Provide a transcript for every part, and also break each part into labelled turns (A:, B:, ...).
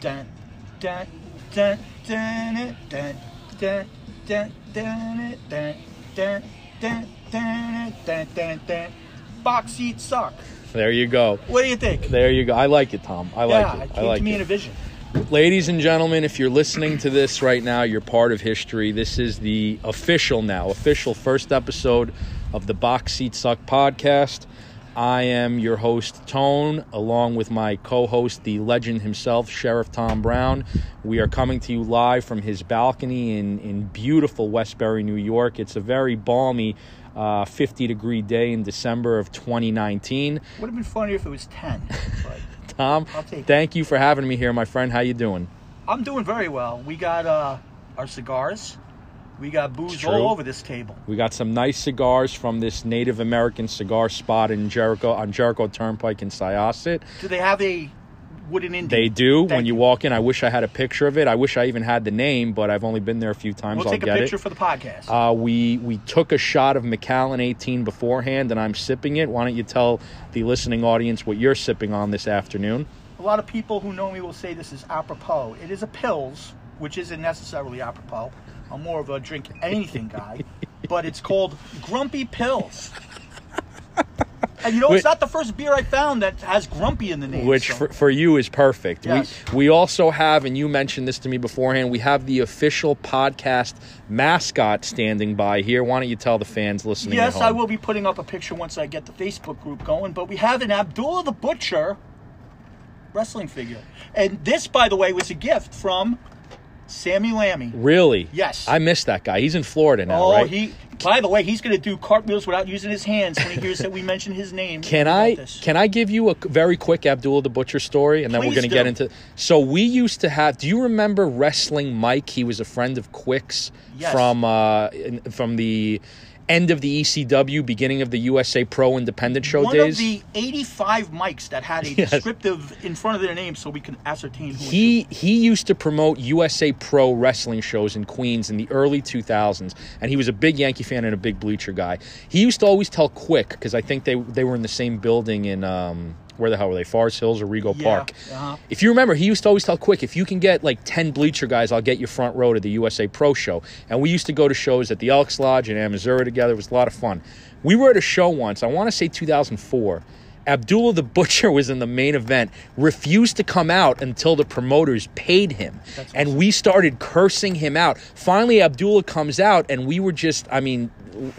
A: dun, dun, dun, dun, it, dun, dun, dun, dun, it, dun, dun, dun, dun, it, dun, dun, dun. Box seats suck.
B: There you go.
A: What do you think?
B: There you go. I like it, Tom. I like
A: yeah,
B: it.
A: it
B: I
A: came
B: like
A: to me
B: it.
A: in a vision.
B: Ladies and gentlemen, if you're listening to this right now, you're part of history. This is the official now, official first episode of the Box Seat Suck podcast. I am your host, Tone, along with my co host, the legend himself, Sheriff Tom Brown. We are coming to you live from his balcony in, in beautiful Westbury, New York. It's a very balmy uh, 50 degree day in December of 2019.
A: Would have been funnier if it was 10. But
B: Tom,
A: I'll take it.
B: thank you for having me here, my friend. How you doing?
A: I'm doing very well. We got uh, our cigars. We got booze
B: true.
A: all over this table.
B: We got some nice cigars from this Native American cigar spot in Jericho on Jericho Turnpike in Syosset.
A: Do they have a wooden Indian?
B: They do.
A: Thank
B: when you,
A: you.
B: walk in, I wish I had a picture of it. I wish I even had the name, but I've only been there a few times.
A: We'll
B: I'll
A: take a
B: get
A: picture
B: it.
A: for the podcast.
B: Uh, we we took a shot of Macallan 18 beforehand, and I'm sipping it. Why don't you tell the listening audience what you're sipping on this afternoon?
A: a lot of people who know me will say this is apropos. It is a pills, which isn't necessarily apropos. I'm more of a drink anything guy, but it's called Grumpy Pills. And you know,
B: Wait.
A: it's not the first beer I found that has grumpy in the name.
B: which
A: so-
B: for, for you is perfect.
A: Yes.
B: We we also have, and you mentioned this to me beforehand. We have the official podcast mascot standing by here. Why don't you tell the fans listening? at
A: yes, I
B: home?
A: will be putting up a picture once I get the Facebook group going. But we have an Abdullah the Butcher wrestling figure, and this, by the way, was a gift from Sammy Lammy.
B: Really?
A: Yes.
B: I miss that guy. He's in Florida now,
A: Oh,
B: right?
A: he. By the way, he's going to do cartwheels without using his hands when he hears that we mention his name.
B: Can
A: About
B: I
A: this.
B: can I give you a c- very quick Abdullah the Butcher story, and then we're
A: Please
B: going to get
A: do.
B: into. So we used to have. Do you remember wrestling Mike? He was a friend of Quick's
A: Yes.
B: from uh, in, from the end of the ECW, beginning of the USA Pro Independent Show
A: One
B: days.
A: of the 85 mics that had a
B: Yes.
A: descriptive in front of their name, so we can ascertain who. it
B: he he used to promote USA Pro wrestling shows in Queens in the early 2000s, and he was a big Yankee fan and a big Bleacher guy. He used to always tell Quick because I think they they were in the same building in um, where the hell were they? Forest Hills or Rego
A: Yeah,
B: Park.
A: uh-huh.
B: If you remember, he used to always tell Quick, if you can get like 10 bleacher guys, I'll get you front row to the USA Pro Show. And we used to go to shows at the Elks Lodge in Missouri together. It was a lot of fun. We were at a show once, I want to say 2004. Abdullah the Butcher was in the main event, refused to come out until the promoters paid him. and we started cursing him out. Finally, Abdullah comes out, and we were just, I mean,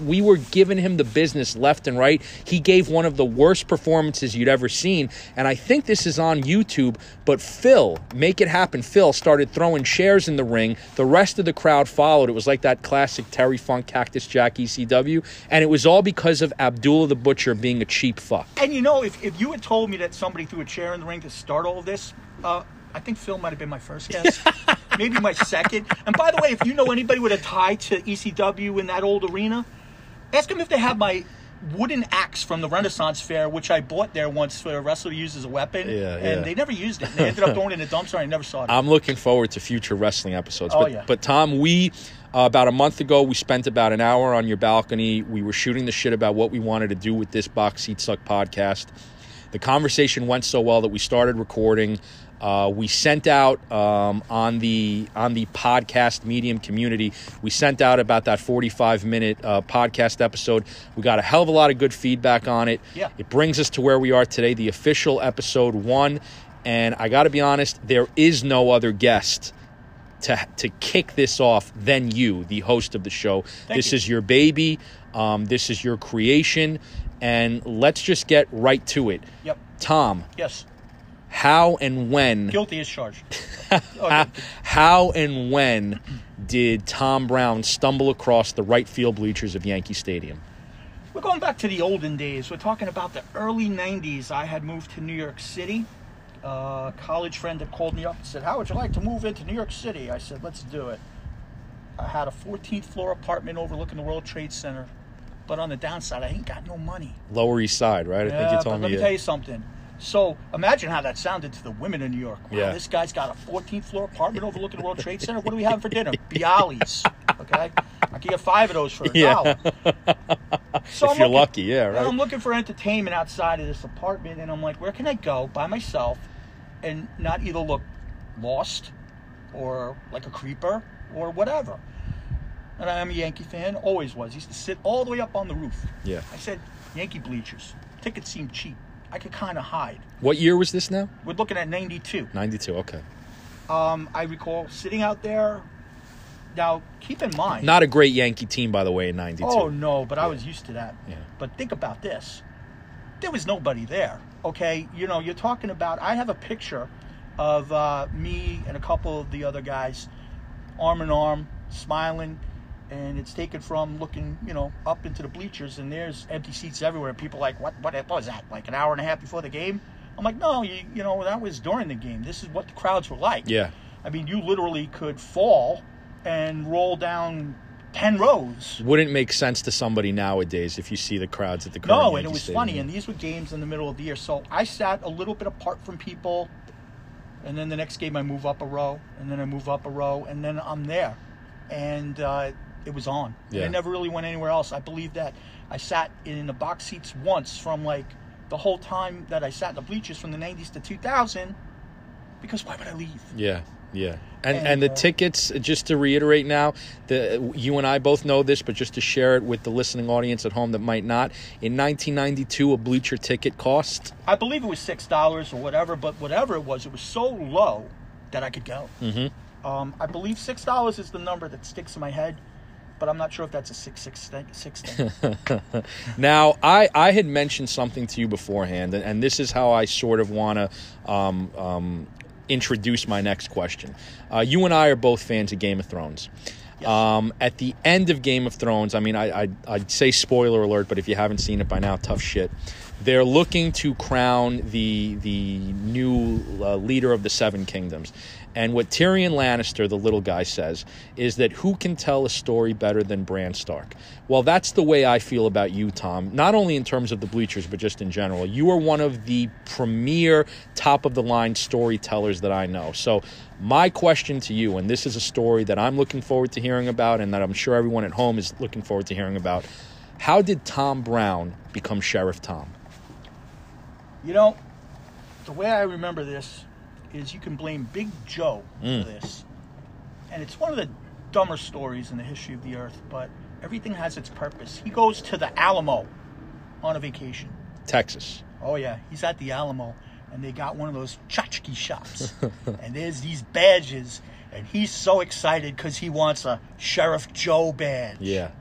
B: we were giving him the business left and right. He gave one of the worst performances you'd ever seen. And I think this is on YouTube, but Phil, make it happen. Phil started throwing chairs in the ring. The rest of the crowd followed. It was like that classic Terry Funk Cactus Jack ECW. And it was all because of Abdullah the Butcher being a cheap fuck.
A: was. And you know, if, if you had told me that somebody threw a chair in the ring to start all of this, uh, I think Phil might have been my first guess. Maybe my second. And by the way, if you know anybody with a tie to ECW in that old arena, ask them if they have my wooden axe from the Renaissance Fair, which I bought there once for a wrestler to use as a weapon.
B: Yeah,
A: and
B: yeah. Um,
A: they never used it. And they ended up throwing it in a dumpster and I never saw it.
B: I'm looking forward to future wrestling episodes.
A: Oh,
B: but,
A: yeah.
B: but Tom, we uh, about a month ago we spent about an hour on your balcony. We were shooting the shit about what we wanted to do with this box seat suck podcast. The conversation went so well that we started recording. Uh, we sent out um, on the on the podcast medium community. We sent out about that 45 minute uh, podcast episode. We got a hell of a lot of good feedback on it.
A: Yeah.
B: It brings us to where we are today, the official episode one. And I got to be honest, there is no other guest to to kick this off than you, the host of the show. this
A: you.
B: is your baby. Um, this is your creation, and let's just get right to it.
A: Yep.
B: Tom,
A: Yes.
B: how and when?
A: Guilty as charged.
B: How,
A: Okay.
B: how and when did Tom Brown stumble across the right field bleachers of Yankee Stadium?
A: We're going back to the olden days. We're talking about the early 90s. I had moved to New York City. A college friend had called me up and said, How would you like to move into New York City? I said, Let's do it. I had a 14th floor apartment overlooking the World Trade Center. But on the downside, I ain't got no money.
B: Lower East Side, right? I think
A: Yeah,
B: you
A: but
B: told
A: let
B: me. uh,
A: me tell you something. So imagine how that sounded to the women in New York. Wow,
B: Yeah.
A: this guy's got a 14th floor apartment overlooking the World Trade Center. What do we have for dinner? Bialys. Okay, I can get five of those for a
B: Yeah.
A: dollar. So
B: if
A: I'm
B: you're
A: looking-
B: lucky, yeah, right.
A: I'm looking for entertainment outside of this apartment, and I'm like, where can I go by myself and not either look lost or like a creeper or whatever. And I'm a Yankee fan, always was. Used to sit all the way up on the roof.
B: Yeah.
A: I said, Yankee bleachers. Tickets seemed cheap. I could kind of hide.
B: What year was this now?
A: We're looking at 92.
B: 92, okay. Hmm.
A: Um, I recall sitting out there. Now, keep in mind.
B: Not a great Yankee team, by the way, in 92.
A: Oh no, but I was used to that.
B: Yeah.
A: But think about this. There was nobody there. Okay, you know, you're talking about I have a picture of uh, me and a couple of the other guys arm in arm, smiling, and it's taken from looking, you know, up into the bleachers and there's empty seats everywhere. People like, what what, what was that? Like an hour and a half before the game? I'm like, no, you, you know, that was during the game. This is what the crowds were like.
B: Yeah.
A: I mean, you literally could fall and roll down 10 rows.
B: Wouldn't make sense to somebody nowadays if you see the crowds at the current
A: No, and it
B: Yankee
A: was
B: Stadium.
A: funny. And these were games in the middle of the year. So I sat a little bit apart from people. And then the next game, I move up a row. And then I move up a row. And then I'm there. And uh, it was on. And
B: Yeah.
A: I never really went anywhere else. I believe that I sat in the box seats once from like the whole time that I sat in the bleachers from the 90s to 2000. Because why would I leave?
B: Yeah, yeah. And and,
A: And,
B: the
A: uh,
B: tickets, just to reiterate now, the you and I both know this, but just to share it with the listening audience at home that might not. In 1992, a bleacher ticket cost.
A: I believe it was six dollars or whatever, but whatever it was, it was so low that I could go. Mm-hmm. Um, I believe six dollars is the number that sticks in my head, but I'm not sure if that's a six six thing. Six thing.
B: Now, I, I had mentioned something to you beforehand, and, and this is how I sort of want to um, um, introduce my next question. Uh, you and I are both fans of Game of Thrones.
A: Yes.
B: Um, at the end of Game of Thrones, I mean, I, I, I'd say spoiler alert, but if you haven't seen it by now, tough shit. They're looking to crown the the new uh, leader of the Seven Kingdoms, and what Tyrion Lannister, the little guy, says is that who can tell a story better than Bran Stark? Well, that's the way I feel about you, Tom. Not only in terms of the bleachers, but just in general. You are one of the premier, top of the line storytellers that I know. So my question to you, and this is a story that I'm looking forward to hearing about, and that I'm sure everyone at home is looking forward to hearing about. How did Tom Brown become Sheriff Tom?
A: you know, the way I remember this is you can blame Big Joe for this, and it's one of the dumber stories in the history of the earth. But everything has its purpose. He goes to the Alamo on a vacation.
B: Texas.
A: Oh yeah, he's at the Alamo, and they got one of those tchotchke shops, and there's these badges, and he's so excited because he wants a Sheriff Joe badge.
B: Yeah.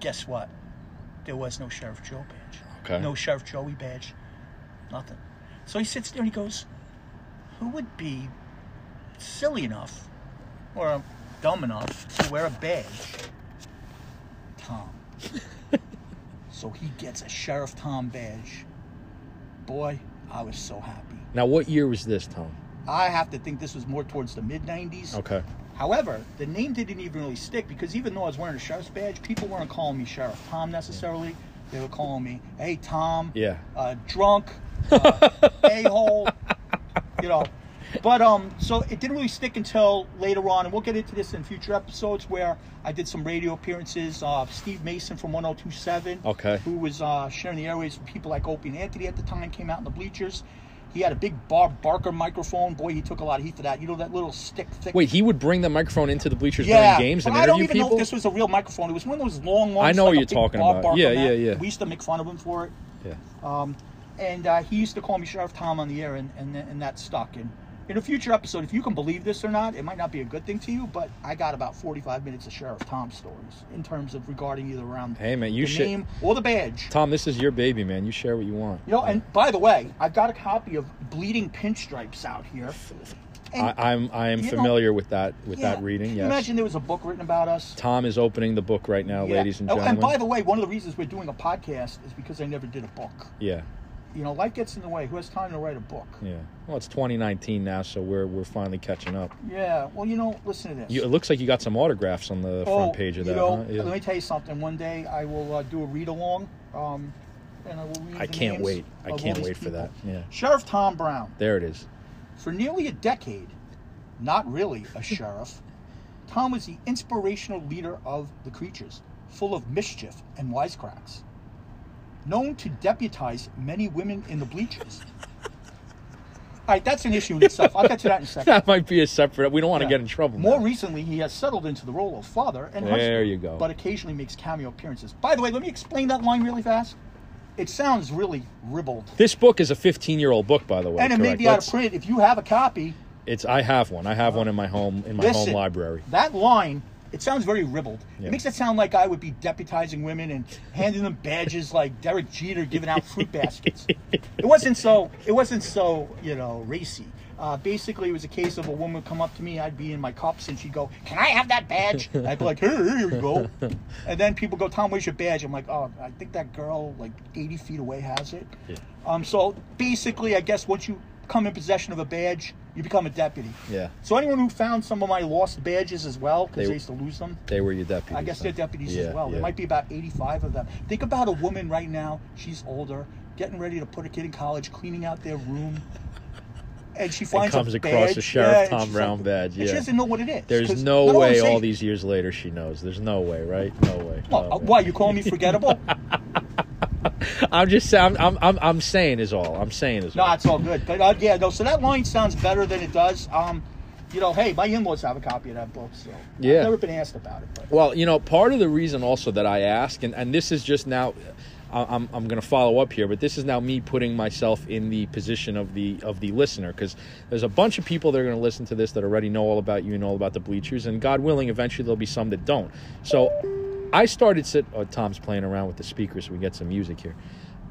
A: Guess what? There was no Sheriff Joe badge.
B: Okay.
A: No Sheriff Joey badge. Nothing. So he sits there and he goes, "Who would be silly enough, or dumb enough to wear a badge?" Tom. so he gets a Sheriff Tom badge. Boy, I was so happy.
B: Now, what year was this, Tom?
A: I have to think this was more towards the mid 90s.
B: Okay.
A: However, the name didn't even really stick because even though I was wearing a sheriff's badge, people weren't calling me Sheriff Tom necessarily. They were calling me, hey, Tom.
B: Yeah.
A: Uh, drunk, uh, a hole, you know. But um, so it didn't really stick until later on, and we'll get into this in future episodes where I did some radio appearances. Uh, Steve Mason from 1027,
B: Okay.
A: who was uh, sharing the airways with people like Opie and Anthony at the time, came out in the bleachers. He had a big Bob Barker microphone. Boy, he took a lot of heat for that. You know that little stick, thick
B: Wait, he would bring the microphone into the bleachers
A: yeah,
B: during games
A: but
B: and
A: I
B: interview
A: don't even
B: people.
A: know if this was a real microphone. It was one of those long ones.
B: I know
A: like
B: what
A: a
B: you're
A: big
B: talking
A: Bob
B: about.
A: Barker
B: Yeah,
A: mat.
B: yeah, yeah.
A: We used to make fun of him for it.
B: yeah.
A: Um, and uh, he used to call me Sheriff Tom on the air, and, and, and that stuck. And in a future episode, if you can believe this or not, it might not be a good thing to you, but I got about 45 minutes of Sheriff Tom stories in terms of regarding either around
B: Hey, man, you
A: the
B: should-
A: name or the badge.
B: Tom, this is your baby, man. You share what you want.
A: You know, and by the way, I've got a copy of Bleeding Pinstripes out here. And-
B: I, I'm I am
A: you know-
B: familiar with that with that
A: yeah.
B: reading.
A: Can
B: Yes.
A: you Imagine there was a book written about us.
B: Tom is opening the book right now,
A: Yeah.
B: ladies and
A: Oh,
B: gentlemen.
A: And by the way, one of the reasons we're doing a podcast is because I never did a book.
B: yeah,
A: You know, life gets in the way. Who has time to write a book?
B: yeah. Well, it's 2019 now, so we're we're finally catching up.
A: Yeah. Well, you know, listen to this.
B: You, it looks like you got some autographs on the
A: oh,
B: front page of
A: you
B: that.
A: know,
B: huh? Yeah.
A: let me tell you something. One day I will uh, do a read along, um, and I will read.
B: I
A: the
B: can't
A: names
B: wait. I
A: of all
B: can't
A: these
B: wait for
A: people.
B: that. Yeah.
A: Sheriff Tom Brown,
B: There it is.
A: for nearly a decade, not really a sheriff, Tom was the inspirational leader of the creatures, full of mischief and wisecracks. Known to deputize many women in the bleachers, All right, that's an issue in itself. I'll get to that in a second.
B: That might be a separate. We don't want to get in trouble.
A: More
B: now.
A: recently, he has settled into the role of father and
B: There
A: husband,
B: you go.
A: but occasionally makes cameo appearances. By the way, let me explain that line really fast. It sounds really ribald,
B: this book is a 15 year old book, by the way.
A: and it may
B: correct?
A: be out
B: Let's-
A: of print. If you have a copy,
B: It's. I have one. I have one in my home in my
A: Listen,
B: home library.
A: That line, it sounds very ribald.
B: Yeah.
A: It makes it sound like I would be deputizing women and handing them badges like Derek Jeter giving out fruit baskets. It wasn't so. It wasn't so. You know, racy. Uh, basically, it was a case of a woman would come up to me. I'd be in my cups, and she'd go, "Can I have that badge?" And I'd be like, "Here, here you go." And then people go, "Tom, where's your badge?" I'm like, "Oh, I think that girl like 80 feet away has it." Um, so basically, I guess once you come in possession of a badge, you become a deputy.
B: Yeah.
A: So anyone who found some of my lost badges as well, because
B: They-
A: they, used to lose them,
B: They were your deputies.
A: I guess
B: huh?
A: they're deputies
B: Yeah,
A: as well.
B: yeah.
A: There might be about 85 of them. Think about a woman right now. She's older, getting ready to put a kid in college, cleaning out their room. And she finds
B: comes
A: a
B: across
A: badge.
B: a Sheriff
A: yeah, and
B: Tom
A: she's
B: Brown
A: like-
B: badge,
A: And
B: yeah.
A: she doesn't know what it is.
B: There's
A: 'cause
B: no
A: not only
B: way
A: is
B: all
A: she-
B: these years later she knows. There's no way, right? No way.
A: Well,
B: no
A: uh,
B: way.
A: why you calling me forgettable?
B: I'm just I'm, I'm I'm I'm saying is all. I'm saying is
A: no,
B: all.
A: it's all good. But uh, yeah, no. So that line sounds better than it does. Um, you know, hey, my in-laws have a copy of that book, so
B: Yeah.
A: I've never been asked about it. But
B: Well, you know, part of the reason also that I ask, and, and this is just now, I- I'm, I'm going to follow up here, but this is now me putting myself in the position of the of the listener because there's a bunch of people that are going to listen to this that already know all about you and all about the bleachers, and God willing, eventually there'll be some that don't. So, I started sit. Oh, Tom's playing around with the speaker, so we get some music here.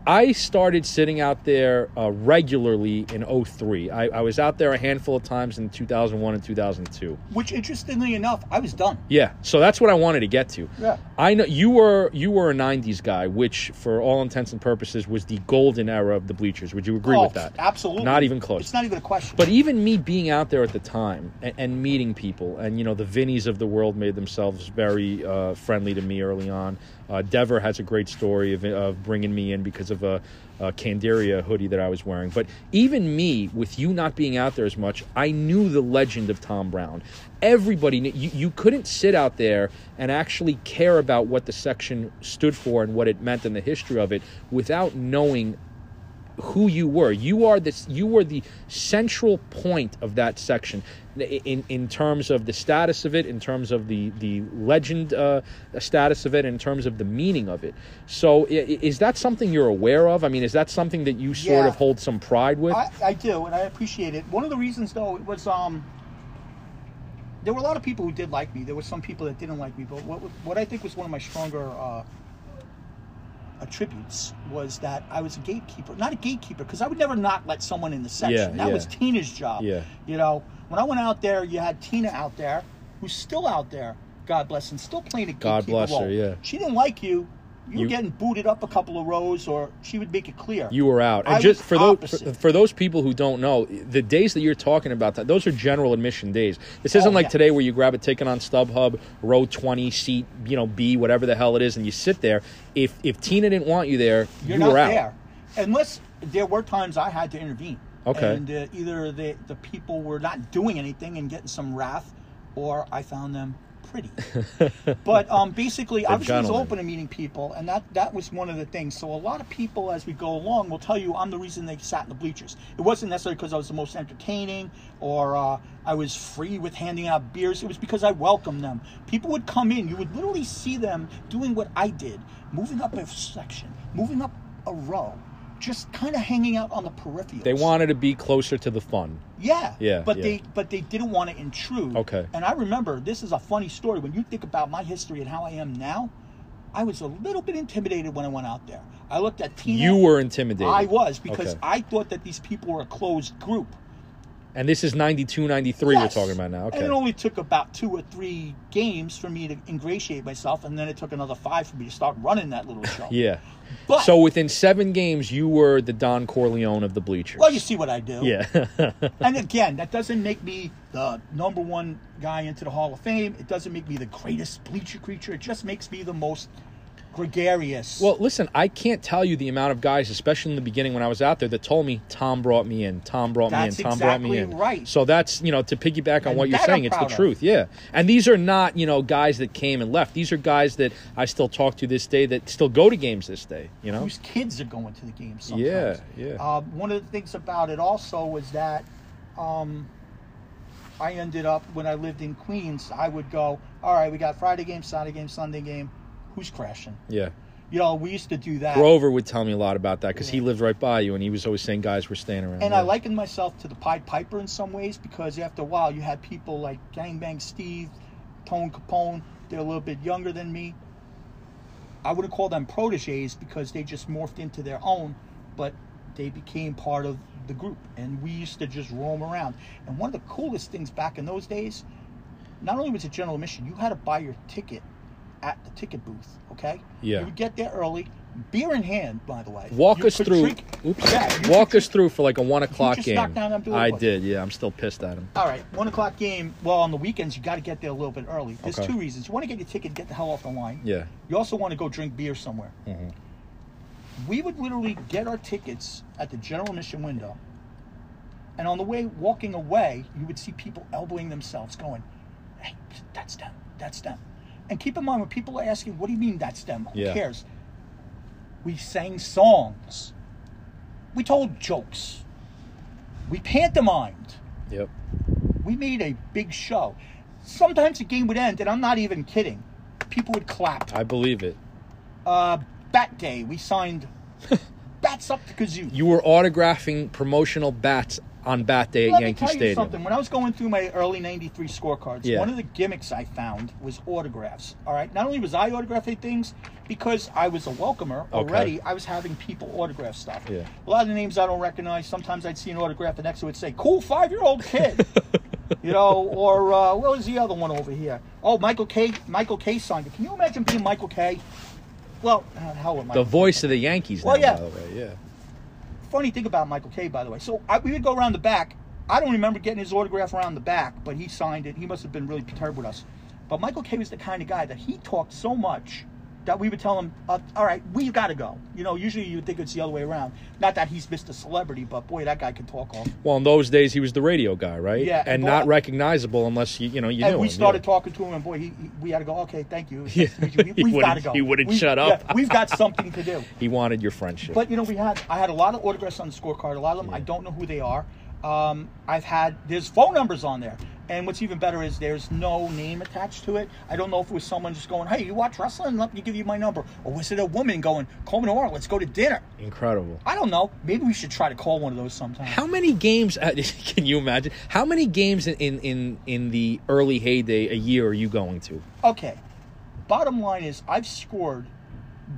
B: I started sitting out there uh, regularly in 03. I, I was out there a handful of times in 2001 and 2002.
A: which, interestingly enough, I was done.
B: Yeah, so that's what I wanted to get to.
A: Yeah.
B: I know you were you were a '90s guy, which for all intents and purposes was the golden era of the bleachers. Would you agree with
A: Oh,
B: that?
A: Absolutely.
B: Not even close.
A: It's not even a question.
B: But even me being out there at the time and, and meeting people, and you know, the Vinnies of the world made themselves very uh, friendly to me early on. Uh, Dever has a great story of, of bringing me in because of a, a Candiria hoodie that I was wearing. But even me, with you not being out there as much, I knew the legend of Tom Brown. Everybody, knew, you, you couldn't sit out there and actually care about what the section stood for and what it meant and the history of it without knowing who you were. You are this. You were the central point of that section, in in terms of the status of it, in terms of the the legend uh, status of it, in terms of the meaning of it. So, i- i- is that something you're aware of? I mean, is that something that you sort
A: Yeah.
B: of hold some pride with?
A: I, I do, and I appreciate it. One of the reasons, though, it was um, there were a lot of people who did like me. There were some people that didn't like me, but what what I think was one of my stronger uh, attributes was that I was a gatekeeper, not a gatekeeper, because I would never not let someone in the section.
B: Yeah,
A: that
B: yeah.
A: was Tina's job.
B: Yeah.
A: You know, when I went out there, you had Tina out there, who's still out there. God bless, and still playing a gatekeeper
B: God bless her,
A: role.
B: yeah.
A: She didn't like you. You,
B: You-
A: were getting booted up a couple of rows, or she would make it clear.
B: you were out. And
A: I
B: just
A: was
B: for those for,
A: opposite.
B: for those people who don't know, the days that you're talking about, that those are general admission days. This isn't
A: Oh,
B: like
A: yeah.
B: today where you grab a ticket on StubHub, row 20, seat, you know, B, whatever the hell it is, and you sit there. If if Tina didn't want you there,
A: You're
B: you
A: not
B: were out.
A: there. Unless there were times I had to intervene.
B: Okay.
A: And uh, either the, the people were not doing anything and getting some wrath, or I found them pretty. but um, basically, I was always
B: gentlemen.
A: open to meeting people, and that, that was one of the things. So a lot of people, as we go along, will tell you I'm the reason they sat in the bleachers. It wasn't necessarily because I was the most entertaining or uh, I was free with handing out beers. It was because I welcomed them. People would come in. You would literally see them doing what I did, moving up a section, moving up a row, just kind of hanging out on the periphery.
B: They wanted to be closer to the fun.
A: Yeah.
B: Yeah,
A: But
B: yeah.
A: they but they didn't want to intrude.
B: Okay.
A: And I remember this is a funny story. When you think about my history and how I am now, I was a little bit intimidated when I went out there. I looked at Tina.
B: You were intimidated.
A: I was because
B: Okay.
A: I thought that these people were a closed group.
B: And this is 92, 93
A: Yes.
B: we're talking about now. Okay.
A: And it only took about two or three games for me to ingratiate myself, and then it took another five for me to start running that little show.
B: yeah.
A: But-
B: so within seven games, you were the Don Corleone of the bleachers.
A: Well, you see what I do.
B: yeah.
A: and again, that doesn't make me the number one guy into the Hall of Fame. It doesn't make me the greatest bleacher creature. It just makes me the most gregarious.
B: Well, listen, I can't tell you the amount of guys, especially in the beginning when I was out there, that told me Tom brought me in, Tom brought
A: That's
B: me in, Tom brought me
A: exactly
B: in.
A: right.
B: So that's you know to piggyback on
A: And
B: what you're
A: that I'm
B: saying, it's the
A: proud of.
B: truth. Yeah, and these are not you know guys that came and left. These are guys that I still talk to this day, that still go to games this day. You know,
A: whose kids are going to the game
B: Yeah,
A: sometimes.
B: yeah.
A: Uh, one of the things about it also was that um, I ended up when I lived in Queens, I would go, all right, we got Friday game, Saturday game, Sunday game. Who's crashing?
B: yeah.
A: You know, we used to do that.
B: Grover would tell me a lot about that because he lived right by you, and he was always saying guys were staying around.
A: And
B: yeah.
A: I likened myself to the Pied Piper in some ways because after a while you had people like Gangbang Steve, Tone Capone, they're a little bit younger than me. I wouldn't call them proteges because they just morphed into their own, but they became part of the group. And we used to just roam around. And one of the coolest things back in those days, not only was it general admission, you had to buy your ticket at the ticket booth, okay?
B: Yeah.
A: You would get there early, beer in hand, by the way.
B: Walk
A: You
B: us
A: could
B: through.
A: drink-
B: oops.
A: Yeah, you could
B: Walk
A: drink
B: us through for like a one o'clock
A: just knocked
B: game.
A: down that blue
B: I
A: one.
B: did. Yeah, I'm still pissed at him.
A: All right, one o'clock game. Well, on the weekends you got to get there a little bit early. There's
B: Okay.
A: two reasons. You want to get your ticket, get the hell off the line.
B: Yeah. Mm-hmm.
A: You also want to go drink beer somewhere. We would literally get our tickets at the general admission window, and on the way walking away, you would see people elbowing themselves, going, "Hey, that's them, that's them." And keep in mind when people are asking, "What do you mean that's them?" Who
B: Yeah.
A: cares? We sang songs. We told jokes. We pantomimed
B: Yep.
A: we made a big show. Sometimes the game would end, and I'm not even kidding. People would clap.
B: I believe it.
A: Uh, Bat Day, we signed bats up the kazoo.
B: You were autographing promotional bats on bat day at
A: Let
B: Yankee
A: me tell you
B: Stadium.
A: something. When I was going through my early '93 scorecards,
B: Yeah.
A: one of the gimmicks I found was autographs. All right, not only was I autographing things because I was a welcomer
B: Okay.
A: already, I was having people autograph stuff.
B: Yeah.
A: A lot of the names I don't recognize. Sometimes I'd see an autograph, and next to it would say "cool five-year-old kid," you know, or uh, what was the other one over here? Oh, Michael K. Michael K. signed it. Can you imagine being Michael K? Well, uh, hell with
B: The
A: Michael.
B: voice of the Yankees.
A: Well,
B: now,
A: yeah.
B: By the way, yeah.
A: Funny thing about Michael K, by the way. So I, we would go around the back. I don't remember getting his autograph around the back, but he signed it. He must have been really perturbed with us. But Michael K was the kind of guy that he talked so much that we would tell him, uh, "All right, we got to go." You know, usually you would think it's the other way around. Not that he's Mr. Celebrity, but boy, that guy can talk all.
B: Well, in those days, he was the radio guy, right?
A: Yeah,
B: And
A: and
B: not
A: Bob-
B: recognizable unless you, you know, you
A: and
B: knew
A: we
B: him,
A: started
B: yeah.
A: talking to him, and boy, he, he, we had to go. Okay, thank you. It was
B: Yeah.
A: nice to meet you.
B: He
A: We, have got to
B: wouldn't-
A: go.
B: he wouldn't
A: We-
B: shut up.
A: yeah, we've got something to do.
B: He wanted your friendship.
A: But you know, we had I had a lot of autographs on the scorecard. A lot of them I don't know who they are. Um, I've had there's phone numbers on there, and what's even better is there's no name attached to it. I don't know if it was someone just going, "Hey, you watch wrestling? Let me give you my number," or was it a woman going, "Coleman Orr, let's go to dinner."
B: Incredible.
A: I don't know. Maybe we should try to call one of those sometime.
B: How many games? Uh, can you imagine? How many games in, in in in the early heyday a year are you going to?
A: Okay. Bottom line is, I've scored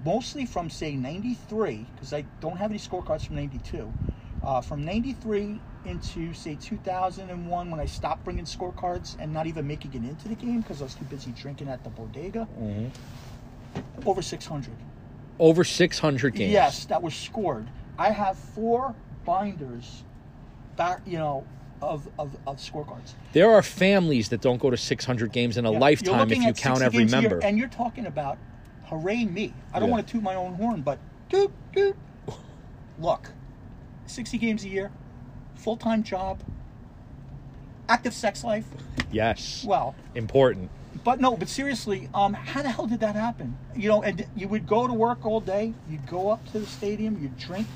A: mostly from say '93 because I don't have any scorecards from '92. Uh, from '93 into say 2001 when I stopped bringing scorecards and not even making it into the game because I was too busy drinking at the bodega. Over 600.
B: Over six hundred games.
A: Yes, that was scored. I have four binders, back you know, of of, of scorecards.
B: There are families that don't go to 600 games in a
A: Yeah. You're
B: lifetime if
A: looking
B: you
A: at
B: count
A: 60
B: every
A: games a year,
B: member.
A: and you're talking about, hooray me. I don't
B: Yeah.
A: want to toot my own horn, but doot, doot. Look, 60 games a year, full time job, active sex life.
B: yes.
A: Well,
B: Important.
A: but no, but seriously, um, how the hell did that happen? You know, and you would go to work all day, you'd go up to the stadium, you'd drink,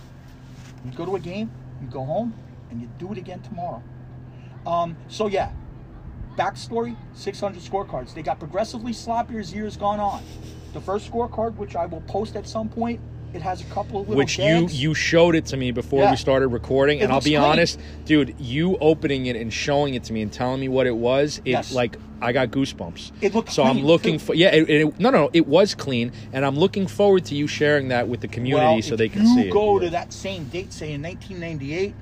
A: you'd go to a game, you'd go home, and you'd do it again tomorrow. Um, so yeah, backstory: 600 scorecards. They got progressively sloppier as years gone on. The first scorecard, which I will post at some point, it has a couple of little
B: Which
A: gags.
B: you you showed it to me before
A: Yeah.
B: we started recording,
A: It
B: and I'll
A: looks
B: be
A: great.
B: honest, dude, you opening it and showing it to me and telling me what it was, it
A: Yes.
B: like I got goosebumps.
A: It looked
B: so I'm
A: clean,
B: looking
A: too.
B: for yeah. It, it, no, no, it was clean, and I'm looking forward to you sharing that with the community
A: well,
B: so
A: if
B: they can
A: you
B: see
A: go
B: it.
A: to that same date, say in 1998,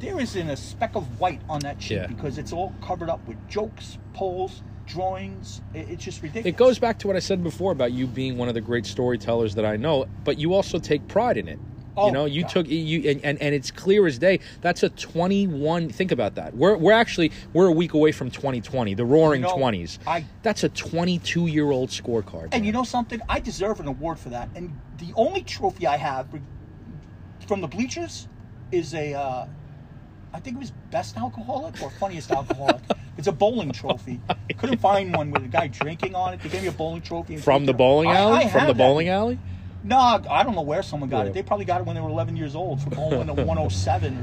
A: there isn't a speck of white on that sheet
B: Yeah.
A: because it's all covered up with jokes, polls, drawings. It, it's just ridiculous.
B: It goes back to what I said before about you being one of the great storytellers that I know, but you also take pride in it.
A: Oh,
B: you know, you
A: God.
B: took you and, and and it's clear as day. That's a 21. Think about that. We're we're actually we're a week away from 2020, the Roaring
A: You know,
B: 20s.
A: I-
B: that's a 22 year old scorecard.
A: And
B: man.
A: you know something? I deserve an award for that. And the only trophy I have re- from the bleachers is a, uh, I think it was best alcoholic or funniest alcoholic. It's a bowling trophy.
B: Oh
A: Couldn't find one with a guy drinking on it. They gave me a bowling trophy. and
B: from the
A: picture.
B: bowling
A: I-
B: alley,
A: I
B: from
A: have
B: the
A: that.
B: bowling alley.
A: No, I don't know where someone got
B: Yeah.
A: it. They probably got it when they were 11 years old for bowling a 107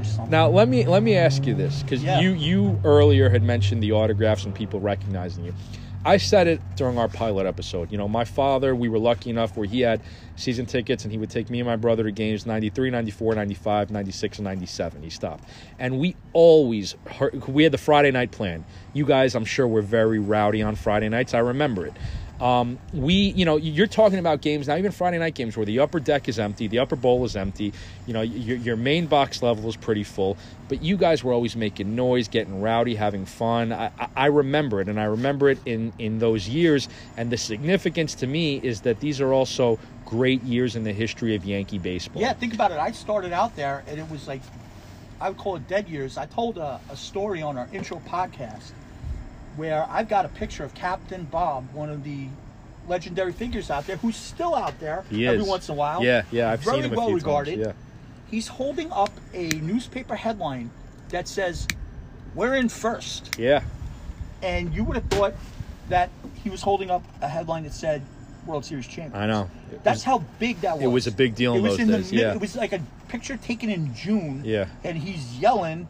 A: or something.
B: Now let me let me ask you this because
A: Yeah.
B: you you earlier had mentioned the autographs and people recognizing you. I said it during our pilot episode. You know, my father, we were lucky enough where he had season tickets and he would take me and my brother to games 93, 94, 95, 96, and 97. He stopped. And we always, heard, we had the Friday night plan. You guys, I'm sure, were very rowdy on Friday nights. I remember it. Um, we, you know, you're talking about games now, even Friday night games where the upper deck is empty, the upper bowl is empty. You know, your, your main box level is pretty full, but you guys were always making noise, getting rowdy, having fun. I, I- I remember it, and I remember it in in those years. And the significance to me is that these are also great years in the history of Yankee baseball.
A: Yeah, think about it. I started out there, and it was like, I would call it dead years. I told a, a story on our intro podcast where I've got a picture of Captain Bob, one of the legendary figures out there, who's still out there
B: He
A: every
B: is.
A: once in a while.
B: Yeah, yeah, I've
A: Very
B: seen him a
A: well
B: few
A: regarded.
B: times. Yeah.
A: He's holding up a newspaper headline that says, "We're in first
B: Yeah,
A: and you would have thought that he was holding up a headline that said World Series champion.
B: I know.
A: That's how big that was.
B: it was a big deal
A: It
B: in
A: was
B: those
A: in the
B: days,
A: mid-
B: yeah.
A: It was like a picture taken in June.
B: Yeah.
A: And he's yelling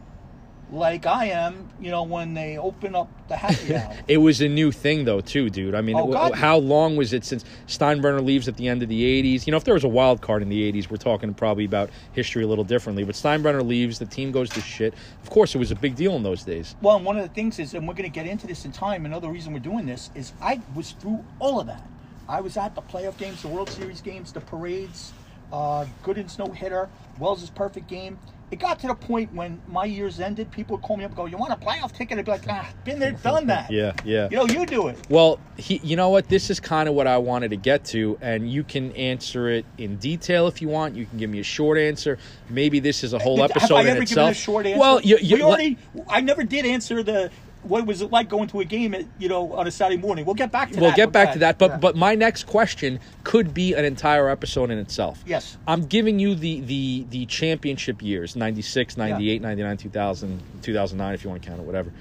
A: like I am, you know, when they open up the happy hour.
B: It was a new thing, though, too, dude. I mean,
A: Oh,
B: wh-
A: God.
B: how long was it since Steinbrenner leaves at the end of the '80s? You know, if there was a wild card in the '80s, we're talking probably about history a little differently. But Steinbrenner leaves, the team goes to shit. Of course, it was a big deal in those days.
A: Well, and one of the things is, and we're going to get into this in time. Another reason we're doing this is I was through all of that. I was at the playoff games, the World Series games, the parades, uh, Gooden's no hitter, Wells' perfect game. It got to the point when my years ended, people would call me up and go, You want a playoff ticket? I'd be like, Ah, been there, done that.
B: Yeah, yeah.
A: You know, you do it.
B: Well, he, you know what? This is kind of what I wanted to get to, and you can answer it in detail if you want. You can give me a short answer. Maybe this is a whole episode
A: Have I
B: in
A: ever
B: itself.
A: given a short answer?
B: Well, you, you
A: we already, I never did answer the. What was it like going to a game at you know on a Saturday morning? We'll get back to
B: we'll
A: that.
B: get back to that. But
A: Yeah.
B: but my next question could be an entire episode in itself.
A: Yes.
B: I'm giving you the the the championship years 96, 98, 99, 2000, 2009 if you want to count it whatever.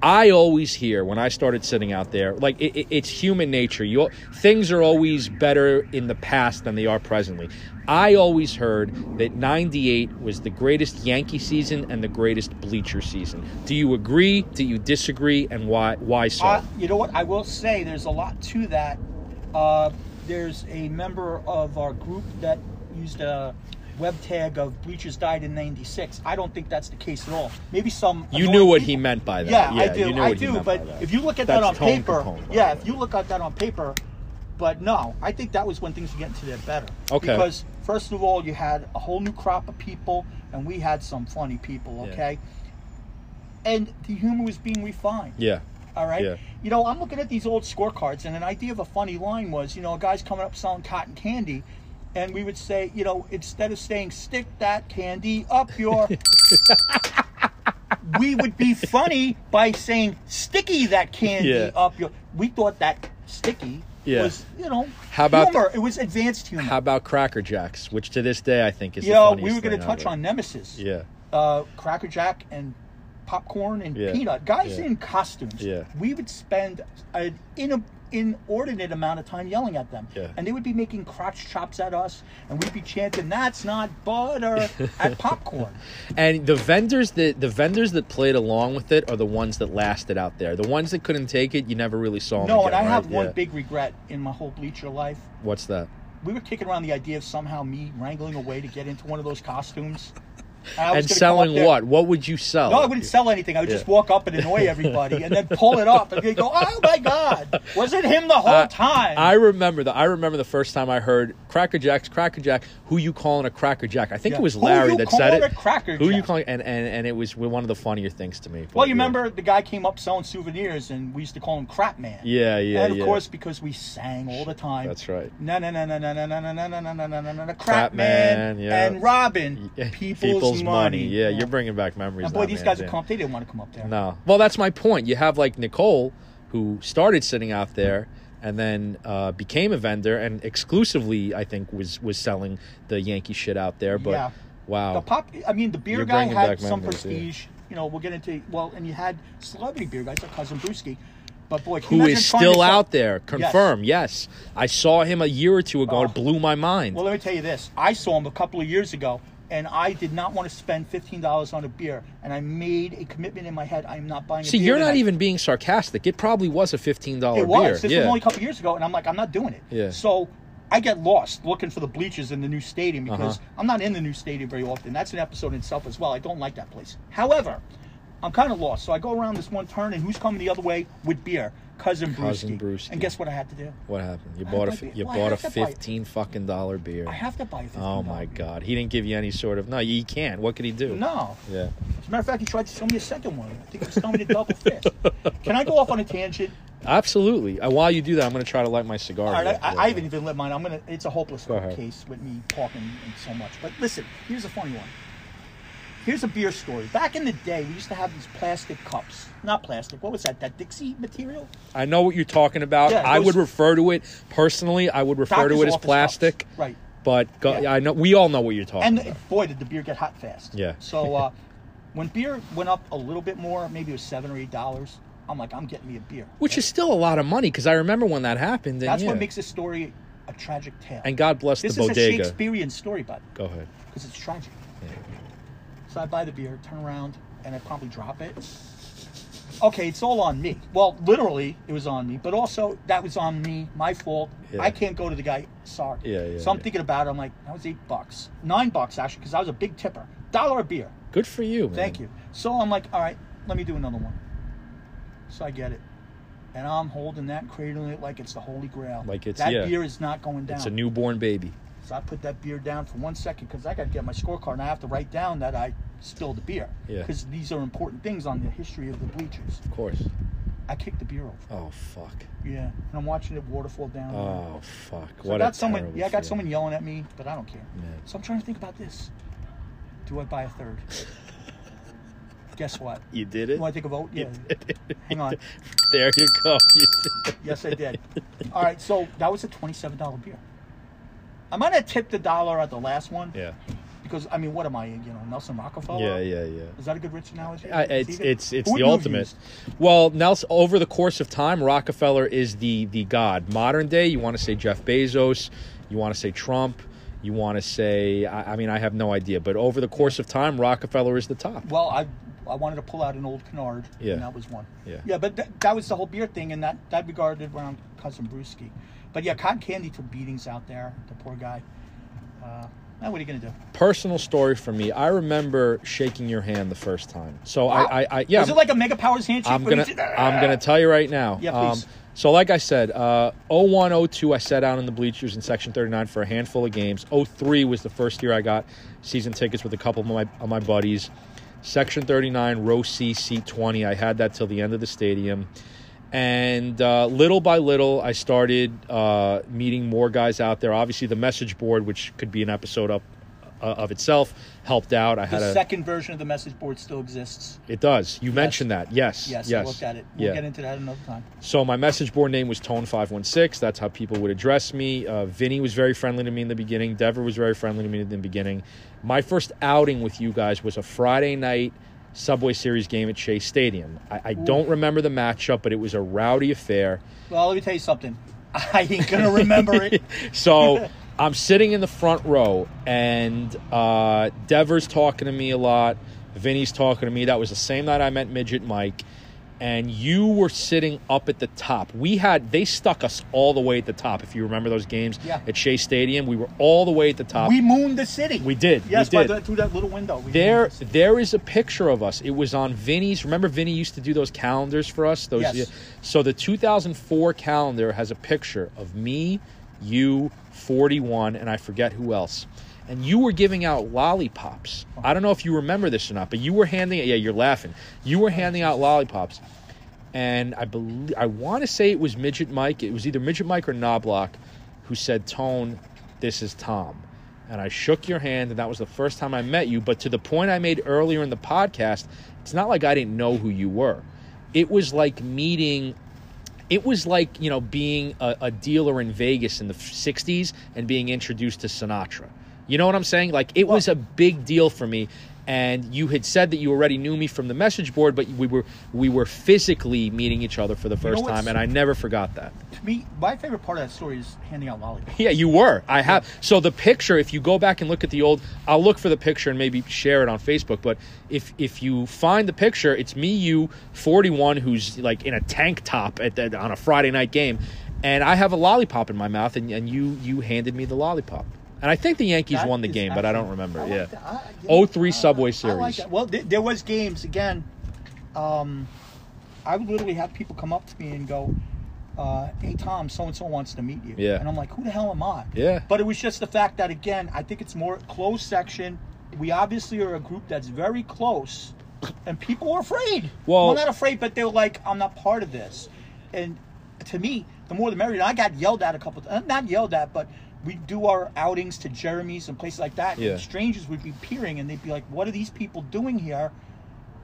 B: I always hear when I started sitting out there, like it, it- it's human nature. You al- things are always better in the past than they are presently. I always heard that '98 was the greatest Yankee season and the greatest bleacher season. Do you agree? Do you disagree? And why? Why so?
A: Uh, you know what? I will say there's a lot to that. Uh, there's a member of our group that used a web tag of Bleachers Died in 96. I don't think that's the case at all. Maybe some.
B: You knew
A: annoying
B: what he
A: people-
B: meant by that.
A: Yeah, I do.
B: you knew
A: I
B: what he
A: do.
B: meant by
A: But
B: that.
A: if you look at that on
B: That's Tone
A: paper.
B: Capone, by
A: yeah,
B: the
A: if you look at that on paper. But no, I think that was when things were getting to their better.
B: Okay.
A: Because, first of all, you had a whole new crop of people, and we had some funny people,
B: Yeah.
A: okay? And the humor was being refined.
B: Yeah.
A: All right.
B: Yeah.
A: You know, I'm looking at these old scorecards, and an idea of a funny line was, you know, a guy's coming up selling cotton candy, and we would say, you know, instead of saying "stick that candy up your," we would be funny by saying "sticky that candy
B: Yeah.
A: up your." We thought that "sticky"
B: Yeah.
A: was, you know,
B: How about-
A: humor. it was advanced humor.
B: How about Cracker Jacks, which to this day I think is
A: you
B: the
A: know,
B: funniest
A: we were going
B: thing
A: to touch
B: ever.
A: on Nemesis.
B: Yeah.
A: uh, Cracker Jack and popcorn and
B: Yeah.
A: peanut guys
B: Yeah.
A: in costumes.
B: Yeah.
A: We would spend an in- inordinate amount of time yelling at them,
B: Yeah.
A: and they would be making crotch chops at us, and we'd be chanting "That's not butter" at popcorn.
B: And the vendors that the vendors that played along with it are the ones that lasted out there. The ones that couldn't take it, you never really saw them.
A: No,
B: again,
A: and I
B: right?
A: have one
B: Yeah.
A: big regret in my whole bleacher life.
B: What's that?
A: We were kicking around the idea of somehow me wrangling a way to get into one of those costumes. I was gonna
B: and
A: come
B: selling
A: up there-
B: what? What would you sell?
A: No, I wouldn't sell anything. I would just walk up and annoy everybody, and then pull it up, and they go, "Oh my God, was it him the whole
B: I-
A: time?"
B: Uh, I remember the I remember the first time I heard Cracker Jacks, Cracker Jack. Who you calling a Cracker Jack? I think
A: Yeah.
B: it was
A: Who
B: Larry
A: you
B: that said
A: calling
B: it.
A: a Cracker
B: who you
A: Jack?
B: calling? And, and and it was one of the funnier things to me.
A: well, you
B: but yeah.
A: remember the guy came up selling souvenirs, and we used to call him Crap Man.
B: Yeah, yeah,
A: And of
B: yeah.
A: course, because we sang all the time.
B: That's right.
A: No, no, no, no, no, no, no, no, no, no, no, no, no, no, no,
B: Crap
A: Crap Man
B: Man, yeah.
A: and Robin,
B: Yeah,
A: people's, money.
B: Yeah, you're bringing back memories.
A: And boy,
B: now,
A: these
B: man,
A: guys
B: yeah.
A: would come up. They didn't want to come up there.
B: No. Well, that's my point. You have like Nicole, who started sitting out there and then uh, became a vendor and exclusively, I think, was was selling the Yankee shit out there. But
A: Yeah.
B: wow,
A: The pop. I mean, the beer
B: You're
A: guy
B: bringing back
A: had some
B: memories, yeah.
A: prestige. You know, we'll get into well, and you had celebrity beer guys like Cousin Brewski, but boy, can you
B: who
A: imagine
B: is
A: trying to
B: still
A: sell-
B: out there? Confirm. Yes. I saw him a year or two ago. and It blew my mind.
A: Well, let me tell you this. I saw him a couple of years ago, and I did not want to spend fifteen dollars on a beer, and I made a commitment in my head: I am not buying. A
B: See,
A: beer
B: you're not
A: tonight.
B: even being sarcastic. It probably was a fifteen dollar
A: It
B: beer.
A: was. This
B: yeah.
A: was only a couple years ago, and I'm like, I'm not doing it.
B: Yeah.
A: So I get lost looking for the bleachers in the new stadium
B: Uh-huh.
A: because I'm not in the new stadium very often. That's an episode in itself as well. I don't like that place. However, I'm kind of lost. So I go around this one turn, and who's coming the other way with beer? Cousin
B: Cousin
A: Brewski.
B: Brewski.
A: And guess what I had to do?
B: what happened? You
A: I
B: bought a
A: like
B: fi-
A: it.
B: you
A: Well, I
B: bought a
A: have to buy it.
B: fifteen fucking dollar beer.
A: I have to buy a $15
B: Oh my
A: beer.
B: god. He didn't give you any sort of no. He can't. What could he do?
A: No.
B: Yeah.
A: As a matter of fact, he tried to sell me a second one. I think he was telling me to double fist. Can I go off on a tangent?
B: Absolutely. Uh, while you do that, I'm going to try to light my cigar.
A: All
B: here.
A: right, I, I haven't even lit mine. I'm gonna. It's a hopeless
B: Go ahead.
A: case with me talking and so much. But listen, here's a funny one. Here's a beer story. Back in the day, we used to have these plastic cups. Not plastic. What was that? That Dixie material?
B: I know what you're talking about.
A: Yeah,
B: I
A: those-
B: would refer to it personally. I would refer
A: Doctor's
B: to it as
A: office
B: plastic.
A: cups. Right.
B: But go,
A: Yeah.
B: I know we all know what you're talking
A: And uh,
B: about.
A: boy, did the beer get hot fast.
B: Yeah.
A: So uh, when beer went up a little bit more, maybe it was seven or eight dollars. I'm like, I'm getting me a beer.
B: Which is still a lot of money because I remember when that happened. And
A: That's
B: yeah.
A: what makes this story a tragic tale.
B: And God bless
A: this
B: the
A: is a
B: bodega.
A: Shakespearean story, bud.
B: Go ahead.
A: because it's tragic. So I buy the beer, turn around, and I probably drop it. Okay, it's all on me. Well, literally, it was on me, but also that was on me, my fault.
B: Yeah.
A: I can't go to the guy. Sorry.
B: Yeah, yeah,
A: so I'm
B: yeah.
A: thinking about it. I'm like, that was eight bucks, nine bucks actually, because I was a big tipper. Dollar a beer.
B: Good for you. Man.
A: Thank you. So I'm like, all right, let me do another one. So I get it. And I'm holding that, cradling it like it's the holy grail.
B: Like it's-
A: that
B: yeah.
A: beer is not going down.
B: It's a newborn baby.
A: So I put that beer down for one second because I got to get my scorecard and I have to write down that I spilled the beer.
B: Yeah.
A: Because these are important things on the history of the bleachers.
B: Of course.
A: I kicked the beer over.
B: Oh fuck.
A: Yeah. And I'm watching it waterfall down.
B: Oh fuck.
A: So
B: what
A: I got
B: a
A: someone.
B: terrible
A: Yeah, I got
B: feeling.
A: someone yelling at me, but I don't care.
B: Yeah.
A: So I'm trying to think about this. Do I buy a third? Guess what?
B: You did
A: You
B: it.
A: want to take a vote? Yeah. Hang on.
B: There you go. You did it.
A: Yes, I did. All right. So that was a twenty-seven dollar beer. I might have tipped a dollar at the last one.
B: Yeah.
A: Because I mean, what am I? You know, Nelson Rockefeller.
B: Yeah. Yeah. Yeah.
A: Is that a good rich analogy?
B: I,
A: Is he
B: it's
A: good?
B: it's it's
A: Who
B: the
A: would you
B: ultimate.
A: use?
B: Well, Nelson, over the course of time, Rockefeller is the the god. Modern day, you want to say Jeff Bezos, you want to say Trump, you want to say. I, I mean, I have no idea, but over the course of time, Rockefeller is the top.
A: Well, I I wanted to pull out an old canard,
B: Yeah.
A: and that was one.
B: Yeah.
A: Yeah, but that that was the whole beer thing, and that that regarded around cousin Brewski. But yeah, cotton candy took beatings out there. The poor guy. Uh, now what are you gonna do?
B: Personal story for me, I remember shaking your hand the first time. So I, I, I yeah.
A: Was it like a Mega Powers handshake?
B: I'm
A: when
B: gonna
A: he did-
B: I'm gonna tell you right now. Um,
A: Yeah, please.
B: so like I said, uh, 01, 02, I sat out in the bleachers in section 39 for a handful of games. 03 was the first year I got season tickets with a couple of my of my buddies. Section 39, row C, seat 20. I had that till the end of the stadium. And uh, little by little, I started uh, meeting more guys out there. Obviously, the message board, which could be an episode up uh, of itself, helped out. I had
A: the
B: a
A: second version of the message board still exists.
B: it does. You mentioned that. Yes.
A: Yes, I looked at it. We'll
B: yeah.
A: get into that another time.
B: So my message board name was Tone516. That's how people would address me. Uh, Vinny was very friendly to me in the beginning. Dever was very friendly to me in the beginning. My first outing with you guys was a Friday night Subway Series game at Chase Stadium. I, I don't remember the matchup, but it was a rowdy affair.
A: Well, let me tell you something. I ain't gonna remember it.
B: So I'm sitting in the front row, and uh, Dever's talking to me a lot. Vinny's talking to me. That was the same night I met Midget Mike. and you were sitting up at the top. We had they stuck us all the way at the top. If you remember those games
A: Yeah.
B: at Shea Stadium, we were all the way at the top.
A: We mooned the city.
B: We did.
A: Yes,
B: We
A: by
B: did.
A: that- through that little window. We
B: there,
A: mooned the city.
B: there is a picture of us. It was on Vinny's. Remember, Vinny used to do those calendars for us. Those.
A: Yes.
B: So the 2004 calendar has a picture of me, you, 41, and I forget who else. And you were giving out lollipops. I don't know if you remember this or not, but you were handing. Yeah, you're laughing. You were handing out lollipops, and I believe I want to say it was Midget Mike. It was either Midget Mike or Knobloch, who said, "Tone, this is Tom." And I shook your hand, and that was the first time I met you. But to the point I made earlier in the podcast, it's not like I didn't know who you were. It was like meeting it was like you know being a, a dealer in Vegas in the f- '60s and being introduced to Sinatra. You know what I'm saying? Like it was a big deal for me. And you had said that you already knew me from the message board, but we were we were physically meeting each other for the first
A: what's-
B: time, and I never forgot that.
A: To me, my favorite part of that story is handing out lollipops.
B: Yeah, you were. I have. So the picture, if you go back and look at the old, I'll look for the picture and maybe share it on Facebook. But if if you find the picture, it's me, you, forty one, who's like in a tank top at the, on a Friday night game, and I have a lollipop in my mouth, and, and you you handed me the lollipop, and I think the Yankees
A: That
B: won the
A: is
B: game, but I
A: actually-
B: don't remember.
A: I like
B: yeah,
A: that. I- you know,
B: O three 03 Subway
A: I
B: Series.
A: like that. Well, th- there was games again. Um, I would literally have people come up to me and go, uh, "Hey Tom, so and so wants to meet you."
B: Yeah.
A: And I'm like, "Who the hell am I?"
B: Yeah.
A: But it was just the fact that again, I think it's more closed section. We obviously are a group that's very close, and people are afraid.
B: Well-
A: not afraid, but they're like, "I'm not part of this," and to me, the more the merrier. And I got yelled at a couple times. Not yelled at, but. We do our outings to Jeremy's and places like that. and
B: Yeah.
A: Strangers would be peering, and they'd be like, "What are these people doing here?"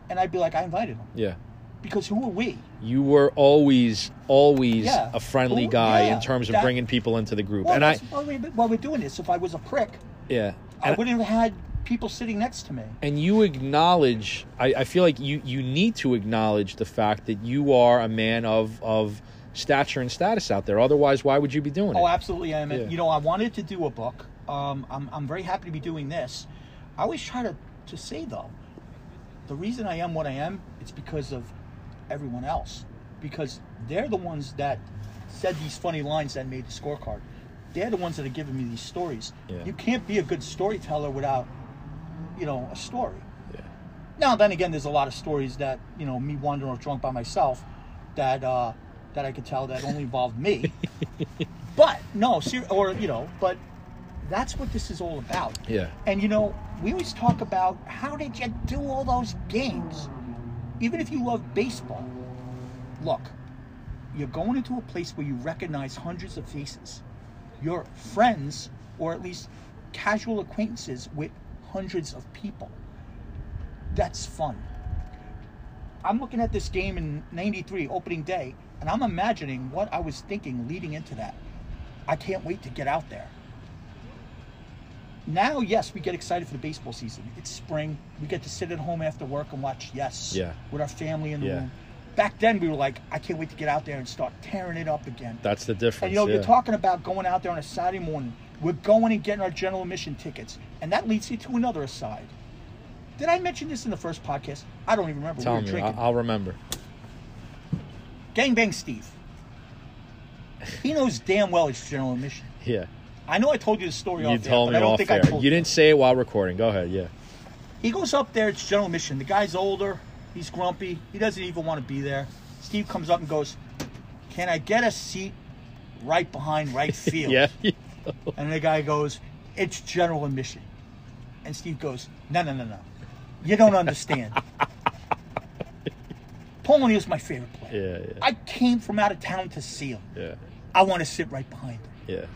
A: and I'd be like, I invited him
B: yeah.
A: because who are we?
B: You were always, always
A: Yeah.
B: a friendly
A: Well,
B: guy
A: yeah,
B: in terms of
A: that-
B: bringing people into the group,
A: Well,
B: and I,
A: that's why, we, why we're doing this. If I was a prick,
B: yeah,
A: I
B: And-
A: would have had people sitting next to me.
B: and you acknowledge I, I feel like you you need to acknowledge the fact that you are a man of of stature and status out there otherwise why would you be doing
A: Oh,
B: it
A: absolutely, I am.
B: Yeah.
A: You know, I wanted to do a book. Um, I'm, I'm very happy to be doing this. I always try to, to say though, the reason I am what I am, it's because of everyone else, because they're the ones that said these funny lines that made the scorecard. They're the ones that are giving me these stories.
B: Yeah.
A: You can't be a good storyteller without, you know, a story.
B: yeah.
A: Now then again, there's a lot of stories that you know me wandering off drunk by myself, that uh, that I could tell that only involved me. but no, ser- or you know, but that's what this is all about.
B: Yeah.
A: And you know, we always talk about how did you do all those games? Even if you love baseball, look, you're going into a place where you recognize hundreds of faces. You're friends, or at least casual acquaintances, with hundreds of people. That's fun. I'm looking at this game in 93, opening day, and I'm imagining what I was thinking leading into that. I can't wait to get out there. Now, yes, we get excited for the baseball season. It's spring. We get to sit at home after work and watch, yes,
B: Yeah.
A: with our family in the
B: Yeah.
A: room. Back then, we were like, I can't wait to get out there and start tearing it up again.
B: that's the difference
A: And you know,
B: yeah.
A: you're talking about going out there on a Saturday morning. We're going and getting our general admission tickets. And that leads you to another aside. Did I mention this in the first podcast? I don't even remember.
B: tell
A: we were
B: me
A: drinking.
B: I, i'll remember
A: Gang Bang Steve. He knows damn well it's general admission.
B: yeah
A: I know I told you the story
B: you
A: off air,
B: told
A: but
B: me
A: I don't
B: off
A: think
B: air
A: I told
B: you didn't say it while recording go ahead yeah
A: He goes up there. It's general admission. The guy's older. He's grumpy. He doesn't even want to be there. Steve comes up and goes, "Can I get a seat right behind right field?"
B: yeah
A: And the guy goes, It's general admission. And Steve goes, No, no, no, no. You don't understand. Pulmonary is my favorite player.
B: Yeah, yeah.
A: I came from out of town to see him.
B: yeah
A: I want to sit right behind him.
B: yeah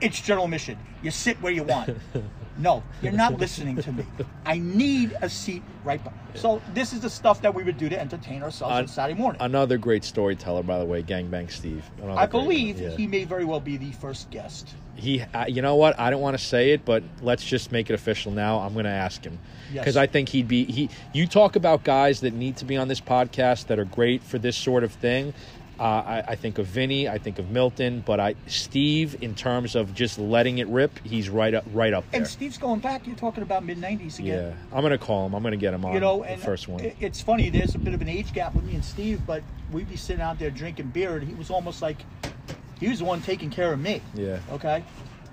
A: It's general admission. You sit where you want. no, you're not listening to me. I need a seat right behind. So this is the stuff that we would do to entertain ourselves on,
B: An-
A: Saturday morning.
B: another great storyteller by the way gangbang steve Another
A: I
B: great one,
A: believe
B: yeah.
A: he may very well be the first guest.
B: he uh, you know what i don't want to say it but let's just make it official now i'm going to ask him
A: Yes.
B: because i think he'd be he you talk about guys that need to be on this podcast that are great for this sort of thing Uh, I, I think of Vinny. I think of Milton. But I Steve, in terms of just letting it rip, he's right up right up there.
A: And Steve's going back. You're talking about mid '90s again.
B: yeah, I'm gonna call him. I'm gonna get him on
A: You know,
B: the
A: and
B: first one.
A: it- It's funny. There's a bit of an age gap with me and Steve, but we'd be sitting out there drinking beer, and he was almost like he was the one taking care of me.
B: Yeah.
A: Okay.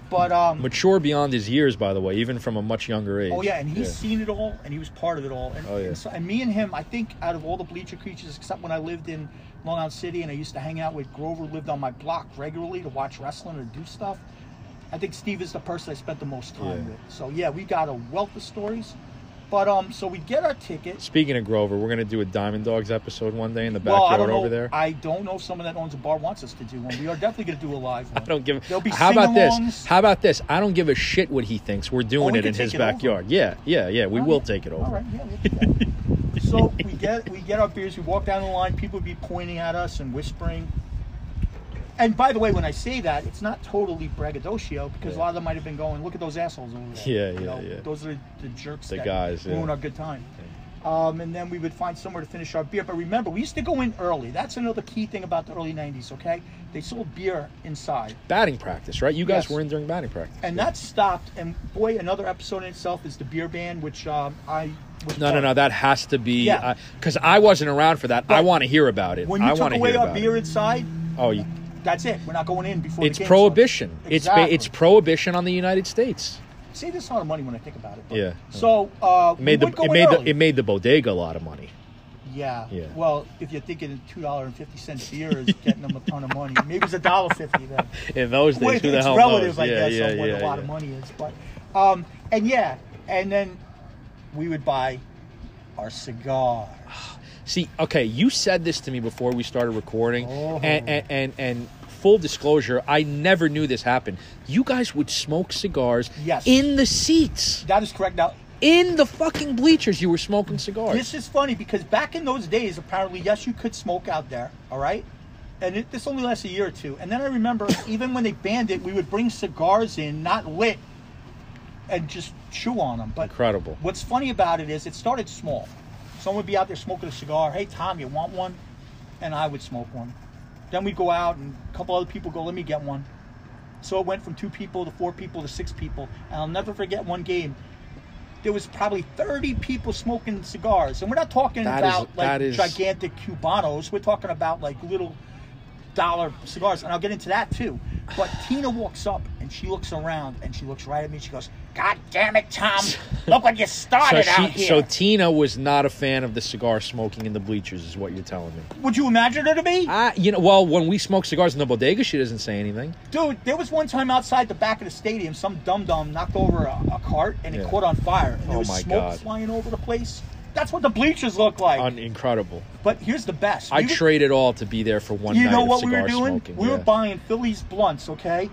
A: But um.
B: Mature beyond his years, by the way, even from a much younger age.
A: Oh yeah, and he's seen it all, and he was part of it all. And,
B: Oh, yeah.
A: and, so, and me and him, I think, out of all the bleacher creatures, except when I lived in Long Island City and I used to hang out with Grover, lived on my block regularly to watch wrestling or do stuff. I think Steve is the person I spent the most time
B: Yeah.
A: with. So yeah, we got a wealth of stories. But um, so we get our tickets.
B: Speaking of Grover, we're gonna do a Diamond Dogs episode one day in the
A: Well, I
B: backyard
A: don't know.
B: over there.
A: I don't know if someone that owns a bar wants us to do one. We are definitely going to do a live one.
B: I don't give.
A: There'll be
B: How about this?
A: sing-alongs. Oh,
B: How about this? I don't give a shit what he thinks. We're doing
A: we
B: it
A: can
B: in his
A: take it over.
B: backyard. Yeah, yeah, yeah. We
A: All
B: will
A: right.
B: take it over.
A: All right, yeah, we'll do that. so we get we get our beers. We walk down the line. People would be pointing at us and whispering. And by the way, when I say that, it's not totally braggadocio because a lot of them might have been going, "Look at those assholes over there."
B: Yeah,
A: You
B: yeah,
A: know,
B: yeah.
A: Those are the jerks.
B: The
A: that
B: guys, yeah.
A: ruin our good time. Um, and then we would find somewhere to finish our beer. But remember, we used to go in early. That's another key thing about the early '90s. Okay, they sold beer inside.
B: Batting practice, right? You guys
A: Yes.
B: were in during batting practice.
A: And that stopped. And boy, another episode in itself is the beer ban, which um, I was
B: No, no,
A: part
B: no.
A: of.
B: That has to be
A: Yeah.
B: because I wasn't around for that. I
A: Right.
B: want to hear about it.
A: When you
B: I
A: took
B: want to
A: away
B: hear
A: our
B: about
A: beer
B: it.
A: inside,
B: Oh, you,
A: that's it. We're not going in before.
B: it's
A: the game
B: prohibition.
A: starts.
B: It's ba- it's
A: Exactly.
B: prohibition on the United States.
A: See, this is a lot of money when I think about it. but-
B: Yeah.
A: So uh,
B: It made
A: we
B: the
A: would go
B: it
A: in
B: made the,
A: early.
B: it made the bodega a lot of money.
A: yeah.
B: Yeah.
A: Well, if you're thinking two dollar and fifty cent beer is getting them a ton of money, maybe it's a dollar fifty then.
B: In those days,
A: Well,
B: who the
A: it's
B: hell
A: relative,
B: knows?
A: I
B: yeah,
A: guess,
B: yeah,
A: on what
B: yeah,
A: a lot of
B: yeah.
A: money is. But um, and yeah, and then we would buy our cigar.
B: See, okay, you said this to me before we started recording,
A: Oh.
B: and, and and and full disclosure, I never knew this happened. You guys would smoke cigars
A: Yes.
B: in the seats,
A: That is correct. Now
B: in the fucking bleachers. You were smoking cigars.
A: This is funny because back in those days, apparently, yes, you could smoke out there. All right, and it, this only lasts a year or two. And then I remember, even when they banned it, we would bring cigars in, not lit, and just chew on them. But
B: Incredible.
A: What's funny about it is it started small. Someone would be out there smoking a cigar. Hey, Tom, you want one? And I would smoke one. Then we'd go out, and a couple other people go, "Let me get one." So it went from two people to four people to six people. And I'll never forget one game. There was probably 30 people smoking cigars. And we're not talking
B: That is-
A: about like
B: that is-
A: gigantic Cubanos. We're talking about like little dollar cigars. And I'll get into that too. But Tina walks up and she looks around and she looks right at me. She goes, God damn it, Tom. Look what you
B: so
A: started out
B: she,
A: here.
B: so Tina was not a fan of the cigar smoking in the bleachers, is what you're telling me.
A: Would you imagine her to be?
B: I, you know, well, when we smoke cigars in the bodega, she doesn't say anything.
A: Dude, there was one time outside the back of the stadium, some dum dum knocked over a, a cart and it
B: Yeah.
A: caught on fire. And there
B: Oh
A: was
B: my
A: smoke
B: God.
A: flying over the place. That's what the bleachers look like.
B: Un- incredible.
A: but here's the best.
B: I
A: We were-
B: traded all to be there for one
A: You
B: night
A: know
B: of
A: what we
B: cigar
A: were doing?
B: smoking.
A: We
B: yeah.
A: were buying Phillies blunts, okay,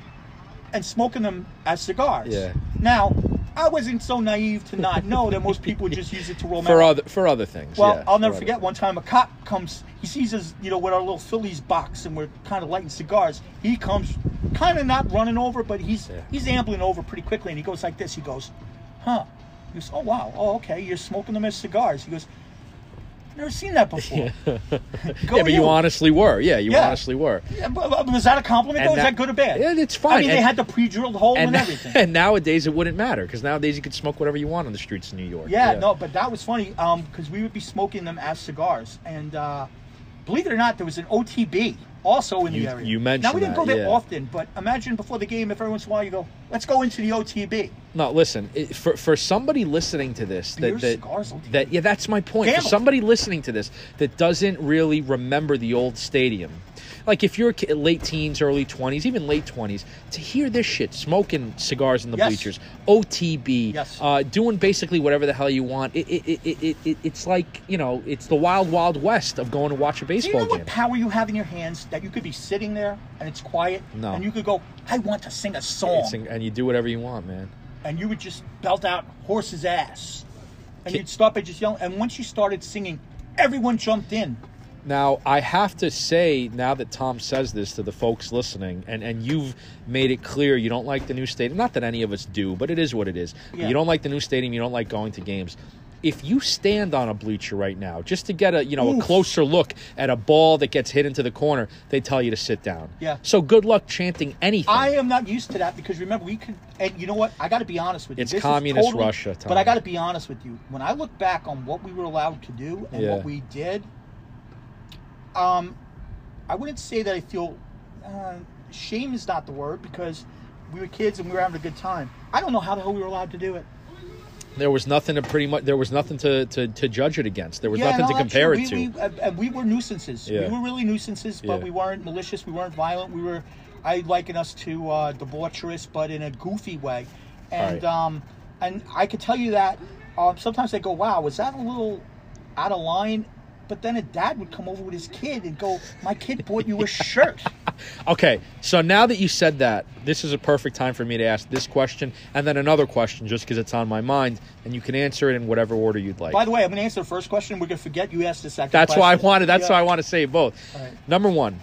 A: and smoking them as cigars.
B: Yeah.
A: Now, I wasn't so naive to not know that most people would just use it to roll.
B: for
A: marijuana.
B: other for other things.
A: Well,
B: yeah,
A: I'll never
B: for other
A: forget one time a cop comes. He sees us, you know, with our little Phillies box, and we're kind of lighting cigars. He comes, kind of not running over, but he's
B: Yeah.
A: he's ambling over pretty quickly, and he goes like this. He goes, "Huh." He goes, "Oh wow, oh okay, you're smoking them as cigars." He goes, "Never seen that before." Go
B: yeah, but you honestly were. Yeah, you
A: Yeah.
B: honestly were.
A: Yeah, but- but Was that a compliment?
B: And
A: though? Is
B: that-
A: that good or bad?
B: Yeah, it's fine.
A: I mean, they
B: And-
A: had the pre-drilled hole and,
B: And,
A: everything.
B: and nowadays it wouldn't matter because nowadays you could smoke whatever you want on the streets of New York.
A: yeah, no, but that was funny because we would be smoking them as cigars, and uh, believe it or not, there was an OTB also in
B: You-
A: the area.
B: you
A: now
B: mentioned
A: we didn't go
B: that,
A: there
B: yeah.
A: often, but imagine before the game, if every once in a while you go, "Let's go into the OTB."
B: No, listen. It, for for somebody listening to this,
A: Beer,
B: that that,
A: cigars, OTB.
B: that yeah, that's my point. For
A: Gamble.
B: somebody listening to this that doesn't really remember the old stadium, like if you're a ki- late teens, early twenties, even late twenties, to hear this shit, smoking cigars in the
A: Yes.
B: bleachers, OTB,
A: Yes.
B: uh, doing basically whatever the hell you want. It, it, it, it, it, it's like you know, it's the wild wild west of going to watch a
A: Do
B: baseball
A: you know
B: game.
A: what power you have in your hands that you could be sitting there and it's quiet,
B: No.
A: and you could go, "I want to sing a song,"
B: It's in- and you do whatever you want, man.
A: and you would just belt out horse's ass. And
B: Ki-
A: you'd stop by just yelling. And once you started singing, everyone jumped in.
B: Now I have to say, now that Tom says this to the folks listening, and and you've made it clear you don't like the new stadium. Not that any of us do, but it is what it is.
A: Yeah.
B: You don't like the new stadium. You don't like going to games. If you stand on a bleacher right now, just to get a you know a closer look at a ball that gets hit into the corner, they tell you to sit down.
A: Yeah.
B: So good luck chanting anything.
A: I am not used to that because remember we could, and you know what? I got to be honest with you.
B: It's
A: This is
B: communist
A: totally-
B: Russia, Tom.
A: But I got to be honest with you. When I look back on what we were allowed to do and
B: Yeah.
A: what we did, um, I wouldn't say that I feel uh, shame is not the word because we were kids and we were having a good time. I don't know how the hell we were allowed to do it.
B: there was nothing to pretty much. There was nothing to to, to judge it against. There was
A: and
B: nothing to
A: I'll let
B: compare
A: you-
B: it to.
A: we, We, uh, and we were nuisances.
B: Yeah.
A: We were really nuisances, but
B: Yeah.
A: we weren't malicious. We weren't violent. We were, I liken us to uh, debaucherous, but in a goofy way. And
B: Right.
A: um, and I could tell you that um, sometimes I go, wow, was that a little out of line? But then a dad would come over with his kid and go, my kid bought you a shirt.
B: Okay, so now that you said that, this is a perfect time for me to ask this question and then another question just because it's on my mind, and you can answer it in whatever order you'd like.
A: By the way, I'm going to answer the first question. We're going to forget you asked the second.
B: that's why I
A: question.
B: wanted. That's
A: Yeah.
B: why I want to say both.
A: All right.
B: Number one,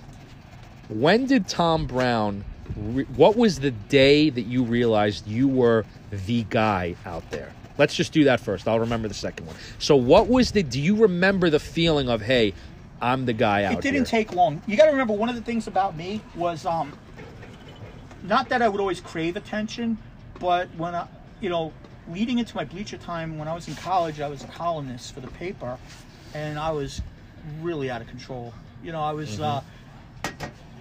B: when did Tom Brown? Re- what was the day that you realized you were the guy out there? Let's just do that first. I'll remember the second one. So, what was the? Do you remember the feeling of hey, I'm the guy out
A: it didn't
B: here?
A: take long you got to remember one of the things about me was um not that i would always crave attention but when i you know leading into my bleacher time when i was in college i was a columnist for the paper and i was really out of control you know i was
B: Mm-hmm.
A: uh,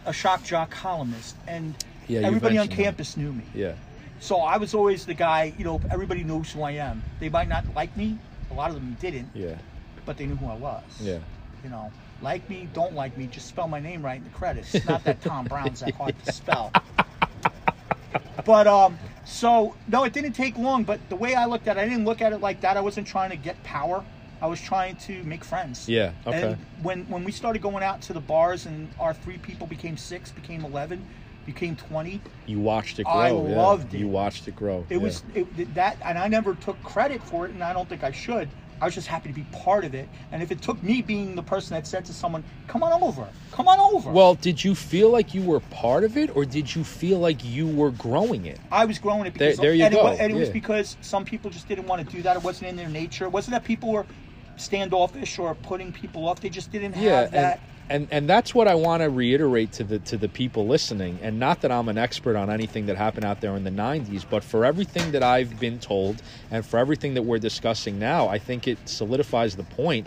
A: a shock jock columnist and
B: Yeah, you
A: everybody on
B: mentioned that.
A: campus knew me
B: yeah.
A: so I was always the guy, you know, everybody knows who I am. They might not like me, a lot of them didn't,
B: Yeah.
A: but they knew who I was.
B: Yeah.
A: You know, like me, don't like me, just spell my name right in the credits. It's Not that Tom Brown's that hard to spell. But um, so no, it didn't take long. But the way I looked at it, I didn't look at it like that. I wasn't trying to get power. I was trying to make friends.
B: Yeah, okay.
A: And when when we started going out to the bars, and our three people became six, became eleven, became twenty.
B: You watched it grow.
A: I
B: yeah.
A: loved it.
B: You watched it grow.
A: It
B: yeah.
A: was it, that, and I never took credit for it, and I don't think I should. I was just happy to be part of it. And if it took me being the person that said to someone, "Come on over, come on over,"
B: Well, did you feel like you were part of it, or did you feel like you were growing it?
A: I was growing it because
B: There- there you
A: and, It, wa-
B: go,
A: and it was
B: yeah.
A: because some people just didn't want to do that. It wasn't in their nature. It wasn't that people were standoffish or putting people off. They just didn't have that.
B: and, and and that's what I want to reiterate to the to the people listening. And not that I'm an expert on anything that happened out there in the '90s, but for everything that I've been told, and for everything that we're discussing now, I think it solidifies the point.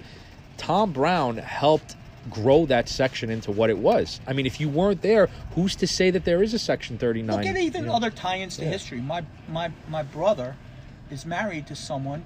B: Tom Brown helped grow that section into what it was. I mean, if you weren't there, who's to say that there is a Section 39?
A: Look at even
B: you know?
A: other tie-ins to history. My my my brother is married to someone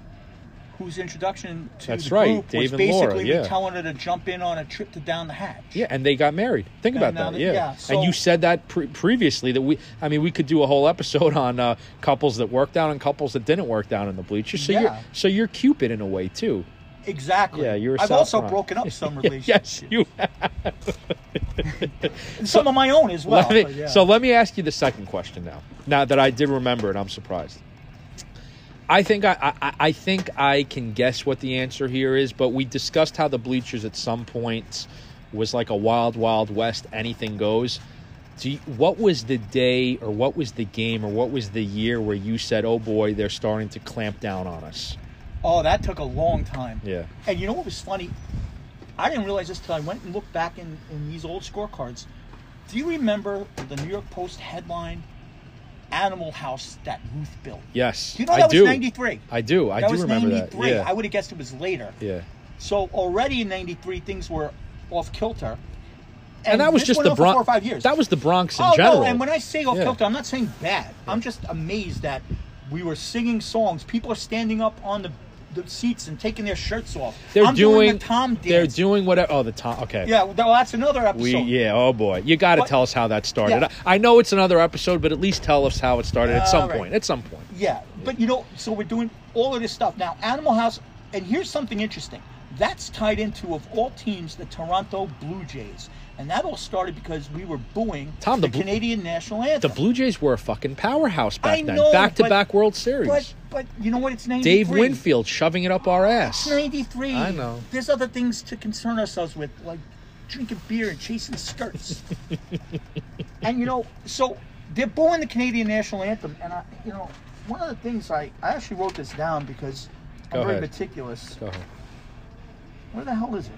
A: whose introduction to
B: That's
A: the
B: right,
A: group was
B: Dave and Laura,
A: basically
B: yeah.
A: me telling her to jump in on a trip to down the hatch.
B: Yeah, and they got married. Think
A: And
B: about
A: now
B: that.
A: that-
B: yeah,
A: yeah,
B: and
A: so-
B: you said that pre- previously that we. I mean, we could do a whole episode on uh, couples that worked out and couples that didn't work down in the bleachers. So you're
A: Yeah.
B: so you're Cupid in a way too.
A: Exactly.
B: Yeah, you're a
A: I've
B: South
A: also
B: Bronx.
A: broken up some relationships.
B: Yes, you.
A: And some of my own as well.
B: Let me-
A: but yeah.
B: So let me ask you the second question now. Now that I did remember it, I'm surprised. I think I, I, I think I can guess what the answer here is, but we discussed how the bleachers at some point was like a wild, wild west. Anything goes. Do you, what was the day, or what was the game, or what was the year where you said, "Oh boy, they're starting to clamp down on us"?
A: oh, that took a long time.
B: Yeah.
A: And you know what was funny? I didn't realize this till I went and looked back in, in these old scorecards. Do you remember the New York Post headline, "Animal House that Ruth built"?
B: Yes,
A: Do you know
B: I
A: that was
B: do.
A: 93?
B: I do. I
A: that
B: do
A: was
B: remember that.
A: 93.
B: Yeah.
A: I would have guessed it was later.
B: yeah.
A: So already in '93, things were off kilter.
B: And, that was
A: this
B: just
A: went
B: the
A: on for
B: Bronx.
A: four or five years.
B: That was the Bronx in
A: oh,
B: general.
A: No, and when I say off
B: Yeah.
A: kilter, I'm not saying bad. I'm just amazed that we were singing songs. People are standing up on the, the seats and taking their shirts off.
B: They're
A: I'm
B: doing,
A: the Tom dance.
B: They're doing whatever. Oh, the Tom. Okay.
A: yeah, well, that's another episode.
B: We yeah. Oh boy, you got to
A: What-
B: tell us how that started.
A: Yeah.
B: I I know it's another episode, but at least tell us how it started at some
A: All right.
B: point. At some point.
A: Yeah, but you know, so we're doing all of this stuff now. Animal House, and here's something interesting. That's tied into of all teams, the Toronto Blue Jays, and that all started because we were booing
B: Tom, the
A: the,
B: Blue-
A: Canadian national
B: The
A: anthem.
B: Blue Jays were a fucking powerhouse back
A: I
B: then.
A: know,
B: back to back
A: but-
B: World Series.
A: but but you know what? It's 93.
B: Dave Winfield shoving it up our ass.
A: 93.
B: I know.
A: There's other things to concern ourselves with, like drinking beer and chasing skirts. and you know, so they're booing the Canadian national anthem, and I, you know, one of the things I I actually wrote this down because
B: Go
A: I'm very
B: ahead.
A: meticulous.
B: Go ahead.
A: Where the hell is it?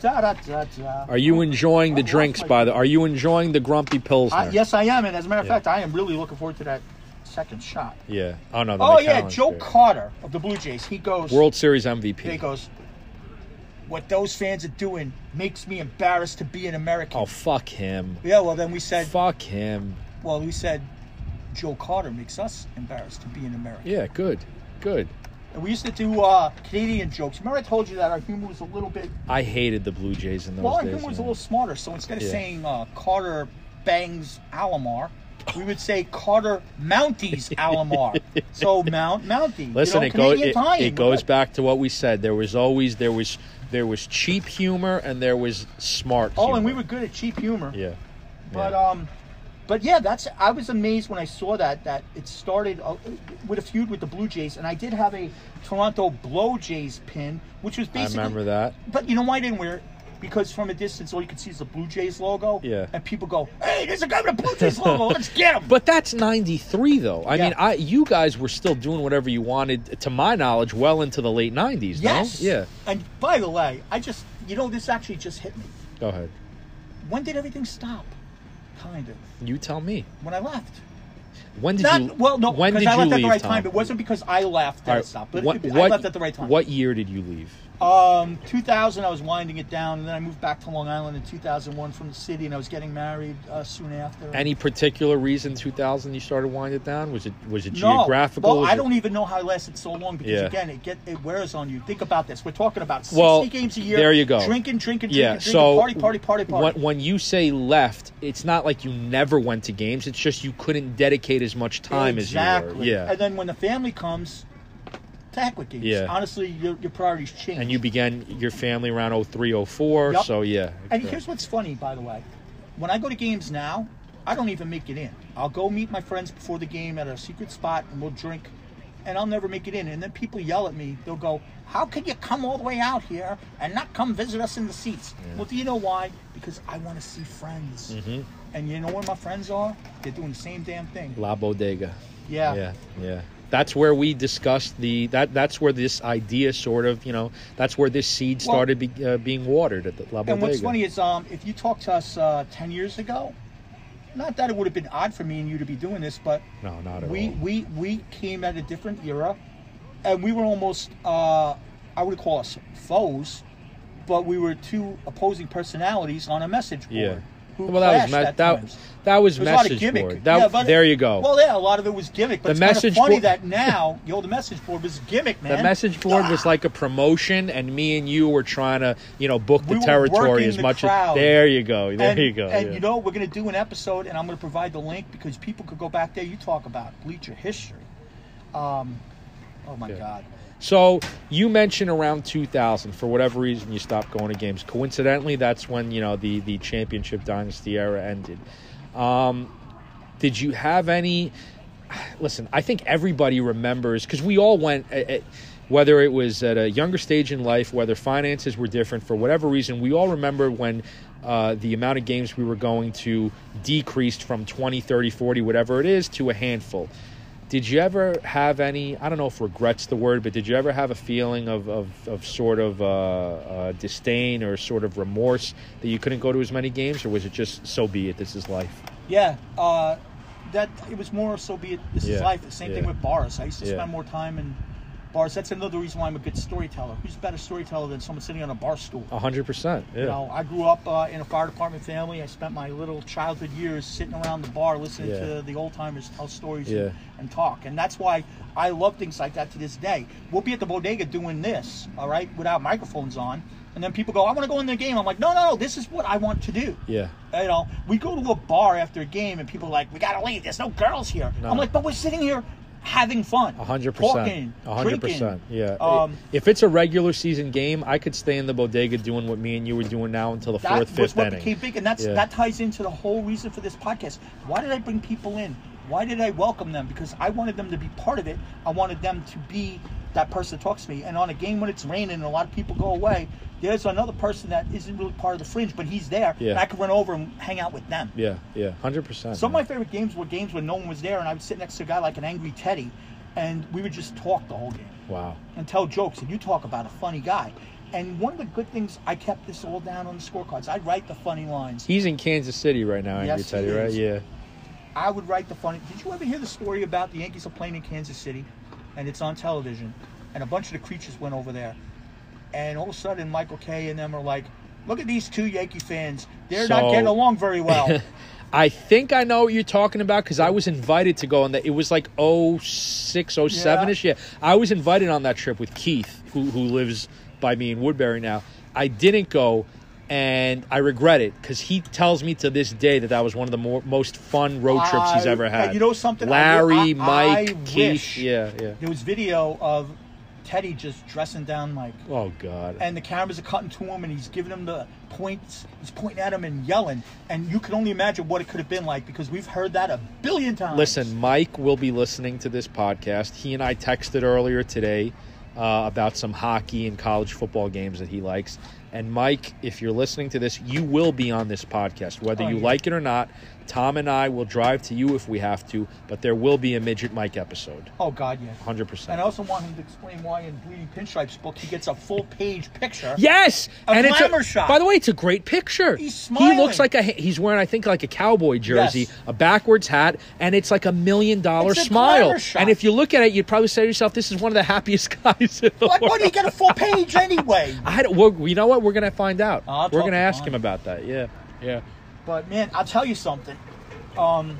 A: Da da da da.
B: Are you enjoying the
A: lost
B: drinks?
A: Oh, my- Uh,
B: By the are you enjoying the grumpy pilsner?
A: I, yes, I am, and as a matter of fact, I am really looking forward to that second shot.
B: Yeah. Oh no. The
A: Oh yeah,
B: McAllen's
A: Joe
B: beer.
A: Carter of the Blue Jays. He goes.
B: World Series
A: He
B: MVP.
A: goes. What those fans are doing makes me embarrassed to be an American.
B: Oh fuck him.
A: Yeah, well then we said.
B: Fuck him.
A: Well, we said. Joe Carter makes us embarrassed to be an American.
B: Yeah. Good. Good.
A: And we used to do uh, Canadian jokes. Remember, I told you that our humor was a little bit.
B: I hated the Blue Jays in those
A: Well, our
B: days.
A: humor was a
B: man.
A: little smarter. So instead of
B: Yeah.
A: saying uh, Carter bangs Alomar, we would say Carter Mounties Alomar. so Mount Mountie.
B: Listen,
A: you
B: it
A: know,
B: goes
A: Canadian
B: it,
A: time.
B: it goes back to what we said. There was always there was there was cheap humor and there was smart.
A: Oh, and we
B: humor.
A: were good at cheap humor.
B: yeah.
A: But
B: yeah.
A: um, but yeah, that's. I was amazed when I saw that that it started uh, with a feud with the Blue Jays, and I did have a Toronto Blow Jays pin, which was
B: I
A: basically.
B: remember that.
A: But you know why I didn't wear it? Because from a distance, all you could see is the Blue Jays logo.
B: Yeah.
A: And people go, "Hey, there's a guy with a Blue Jays logo. Let's get him."
B: But that's '93, though. I
A: Yeah.
B: mean, I you guys were still doing whatever you wanted, to my knowledge, well into the late '90s.
A: yes.
B: No? Yeah.
A: And by the way, I just you know this actually just hit me.
B: Go ahead.
A: When did everything stop? Kind of
B: You tell me.
A: when I left.
B: When did
A: Not
B: you?
A: well, no.
B: When did
A: because I
B: you
A: left
B: leave?
A: at the right
B: Tom?
A: time. It wasn't because I left that
B: All
A: it
B: right,
A: stopped, but
B: what-
A: it, I
B: what-
A: left at the right time.
B: What year did you leave?
A: Um, 2000, I was winding it down, and then I moved back to Long Island in 2001 from the city, and I was getting married uh, soon after.
B: Any particular reason? 2000, you started winding it down. Was it was it
A: no,
B: geographical?
A: Well,
B: Was
A: I
B: it-
A: don't even know how I lasted so long because
B: Yeah.
A: again, it get it wears on you. Think about this. We're talking about 60
B: Well,
A: games a year.
B: there you go.
A: Drinking, drinking, drinking,
B: Yeah.
A: drinking,
B: So
A: party, party, party, party.
B: When, when you say left, it's not like you never went to games. It's just you couldn't dedicate as much time as you were.
A: exactly.
B: Yeah.
A: And then when the family comes, to heck with games.
B: Yeah.
A: Honestly, your, your priorities change.
B: And you began your family around 03, 04.
A: Yup.
B: So yeah.
A: And
B: Okay.
A: here's what's funny, by the way. When I go to games now, I don't even make it in. I'll go meet my friends before the game at a secret spot and we'll drink, and I'll never make it in. And then people yell at me. They'll go, How could you come all the way out here and not come visit us in the seats? Well, do you know why? Because I want to see friends. And you know where my friends are? They're doing the same damn thing.
B: La Bodega.
A: Yeah.
B: yeah, yeah. That's where we discussed the that. That's where this idea sort of you know. That's where this seed
A: Well-
B: started be, uh, being watered at the La Bodega.
A: And what's funny is, um, if you talked to us uh, ten years ago, not that it would have been odd for me and you to be doing this, but
B: No, not at
A: we
B: all.
A: we we came at a different era, and we were almost uh, I would call us foes, but we were two opposing personalities on a message board.
B: yeah.
A: Who
B: well, that was
A: clashed
B: me-
A: at
B: that
A: times.
B: that was
A: There was a lot
B: message
A: of gimmick.
B: board. That,
A: Yeah, but-
B: there you go.
A: Well, yeah, a lot of it was gimmick, but
B: The
A: it's kind
B: message
A: of funny
B: board-
A: that now, yo, the message board was gimmick, man.
B: the message board was like a promotion, and me and you were trying to, you know, book
A: We
B: the
A: were
B: territory
A: working
B: as
A: the
B: much as.
A: crowd.
B: There you go. There
A: and,
B: you go.
A: And
B: yeah.
A: you know, we're going to do an episode, and I'm going to provide the link because people could go back there. You talk about bleacher history. Um, oh my God.
B: So you mentioned around 2000 for whatever reason you stopped going to games. Coincidentally, that's when you know the the championship dynasty era ended. Um, did you have any? Listen, I think everybody remembers because we all went. At, at- whether it was at a younger stage in life, whether finances were different, for whatever reason, we all remember when uh, the amount of games we were going to decreased from 20, 30, 40, whatever it is, to a handful. Did you ever have any? I don't know if regrets the word, but did you ever have a feeling of of, of sort of uh, uh, disdain or sort of remorse that you couldn't go to as many games, or was it just so be it? This is life.
A: Yeah, uh, that it was more so be it. This is
B: Yeah,
A: life. The same thing
B: yeah.
A: with bars. I used to
B: Yeah.
A: spend more time in bars. That's another reason why I'm a good storyteller. Who's a better storyteller than someone sitting on a bar stool?
B: A hundred percent. Oh, Yeah.
A: You know, I grew up uh, in a fire department family. I spent my little childhood years sitting around the bar listening
B: Yeah.
A: to the old timers tell stories
B: Yeah.
A: and, and talk. And that's why I love things like that to this day. We'll be at the bodega doing this, all right, without microphones on. And then people go, I want to go in the game. I'm like, no, no, no, this is what I want to do.
B: Yeah.
A: You know, we go to a bar after a game and people are like, we got to leave. There's no girls here.
B: No.
A: I'm like, but we're sitting here having fun.
B: A hundred
A: talking,
B: percent. A hundred percent.
A: drinking."
B: Yeah.
A: Um,
B: if it's a regular season game, I could stay in the bodega doing what me and you were doing now until the
A: that
B: fourth,
A: was
B: fifth
A: what
B: inning.
A: became big, and that's
B: Yeah.
A: that ties into the whole reason for this podcast. Why did I bring people in? Why did I welcome them? Because I wanted them to be part of it. I wanted them to be that person that talks to me. And on a game when it's raining and a lot of people go away, there's another person that isn't really part of the fringe, but he's there.
B: Yeah.
A: And I could run over and hang out with them.
B: yeah. Yeah. Hundred percent.
A: Some of my favorite games were games when no one was there, and I would sit next to a guy like an angry Teddy, and we would just talk the whole game
B: Wow.
A: and tell jokes. And you talk about a funny guy. And one of the good things, I kept this all down on the scorecards. I'd write the funny lines.
B: He's in Kansas City right now, Andrew
A: Yes, he
B: Teddy, right?
A: is.
B: Yeah.
A: I would write the funny. Did you ever hear the story about the Yankees are playing in Kansas City, and it's on television, and a bunch of the creatures went over there, and all of a sudden Michael K and them are like, "Look at these two Yankee fans. They're
B: So-
A: not getting along very well."
B: I think I know what you're talking about because I was invited to go on that. It was like 06, 07 ish. Yeah. I was invited on that trip with Keith, who, who lives by me in Woodbury now. I didn't go, and I regret it because he tells me to this day that that was one of the more, most fun road trips he's
A: I-
B: ever
A: yeah,
B: had.
A: you know something? I-
B: Larry,
A: I-
B: Mike,
A: I
B: Keith.
A: wish-
B: Yeah, yeah.
A: there was video of Teddy just dressing down Mike,
B: Oh, God.
A: and the cameras are cutting to him, and he's giving him the points. He's pointing at him and yelling, and you can only imagine what it could have been like because we've heard that a billion times.
B: Listen, Mike will be listening to this podcast. He and I texted earlier today uh, about some hockey and college football games that he likes. And Mike, if you're listening to this, you will be on this podcast, whether
A: Oh,
B: you
A: yeah.
B: like it or not. Tom and I will drive to you if we have to, but there will be a midget Mike episode,
A: oh God, yeah.
B: hundred
A: And
B: percent.
A: I also want him to explain why in Bleeding Pinstripes book he gets a full page picture.
B: Yes,
A: A
B: and it's
A: glamour
B: a,
A: shot.
B: by the way, it's a great picture.
A: He's
B: He
A: smiling.
B: looks like a he's wearing I think like a cowboy jersey,
A: Yes.
B: a backwards hat, and it's like a million dollar
A: It's a
B: smile.
A: glamour shot.
B: And if you look at it, you'd probably say to yourself, "This is one of the happiest guys in the
A: Like,
B: world."
A: why do you get a full page anyway?
B: I don't, well, you know what? We're gonna find out.
A: I'll talk
B: We're gonna
A: to
B: ask
A: Vaughn.
B: him about that. Yeah, yeah.
A: But man, I'll tell you something. Um,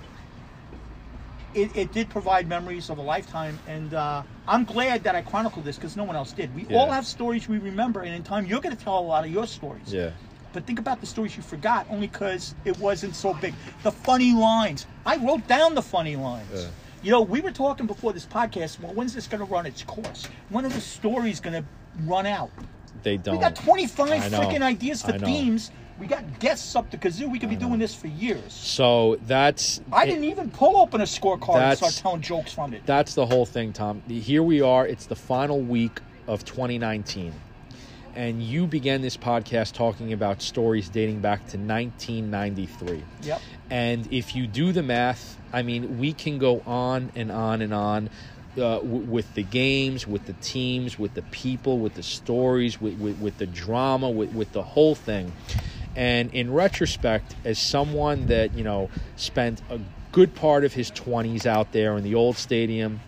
A: it, it did provide memories of a lifetime, and uh, I'm glad that I chronicled this because no one else did. We
B: Yeah.
A: all have stories we remember, and in time you're going to tell a lot of your stories.
B: Yeah.
A: But think about the stories you forgot only because it wasn't so big. The funny lines. I wrote down the funny lines.
B: Yeah.
A: You know, we were talking before this podcast. Well, when's this going to run its course? When are the stories going to run out?
B: They don't.
A: We got 25
B: Oh, I know.
A: freaking ideas for
B: I know.
A: themes. We got guests up the kazoo. We could be doing this for years.
B: So that's
A: I
B: it-
A: didn't even pull open a scorecard and start
B: That's-
A: telling jokes from it.
B: That's the whole thing, Tom. Here we are. It's the final week of 2019. And you began this podcast talking about stories dating back to 1993.
A: Yep.
B: And if you do the math, I mean, we can go on and on and on uh, w- with the games, with the teams, with the people, with the stories, with, with, with the drama, with, with the whole thing. And in retrospect, as someone that, you know, spent a good part of his 20s out there in the old stadium,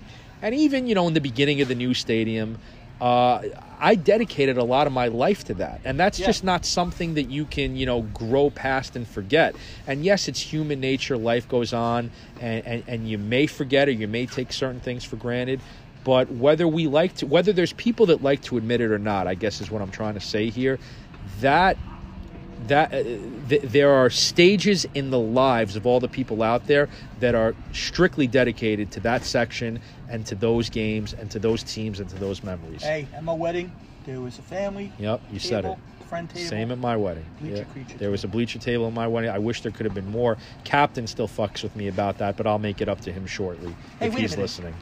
B: and even, you know, in the beginning of the new stadium, uh, I dedicated a lot of my life to that. And that's
A: Yeah.
B: just not something that you can you know grow past and forget and yes it's human nature life goes on and, and, and you may forget or you may take certain things for granted but whether we like to whether there's people that like to admit it or not i guess is what i'm trying to say here that that uh, th- there are stages in the lives of all the people out there that are strictly dedicated to that section and to those games and to those teams and to those memories
A: Hey, at my wedding, there was a family.
B: Yep, you said
A: table, Friend table.
B: Same at my wedding.
A: Bleacher creature
B: There was a bleacher table at my wedding. I wish there could have been more. Captain still fucks with me about that, but I'll make it up to him shortly
A: Hey,
B: if
A: wait a
B: he's
A: minute.
B: listening.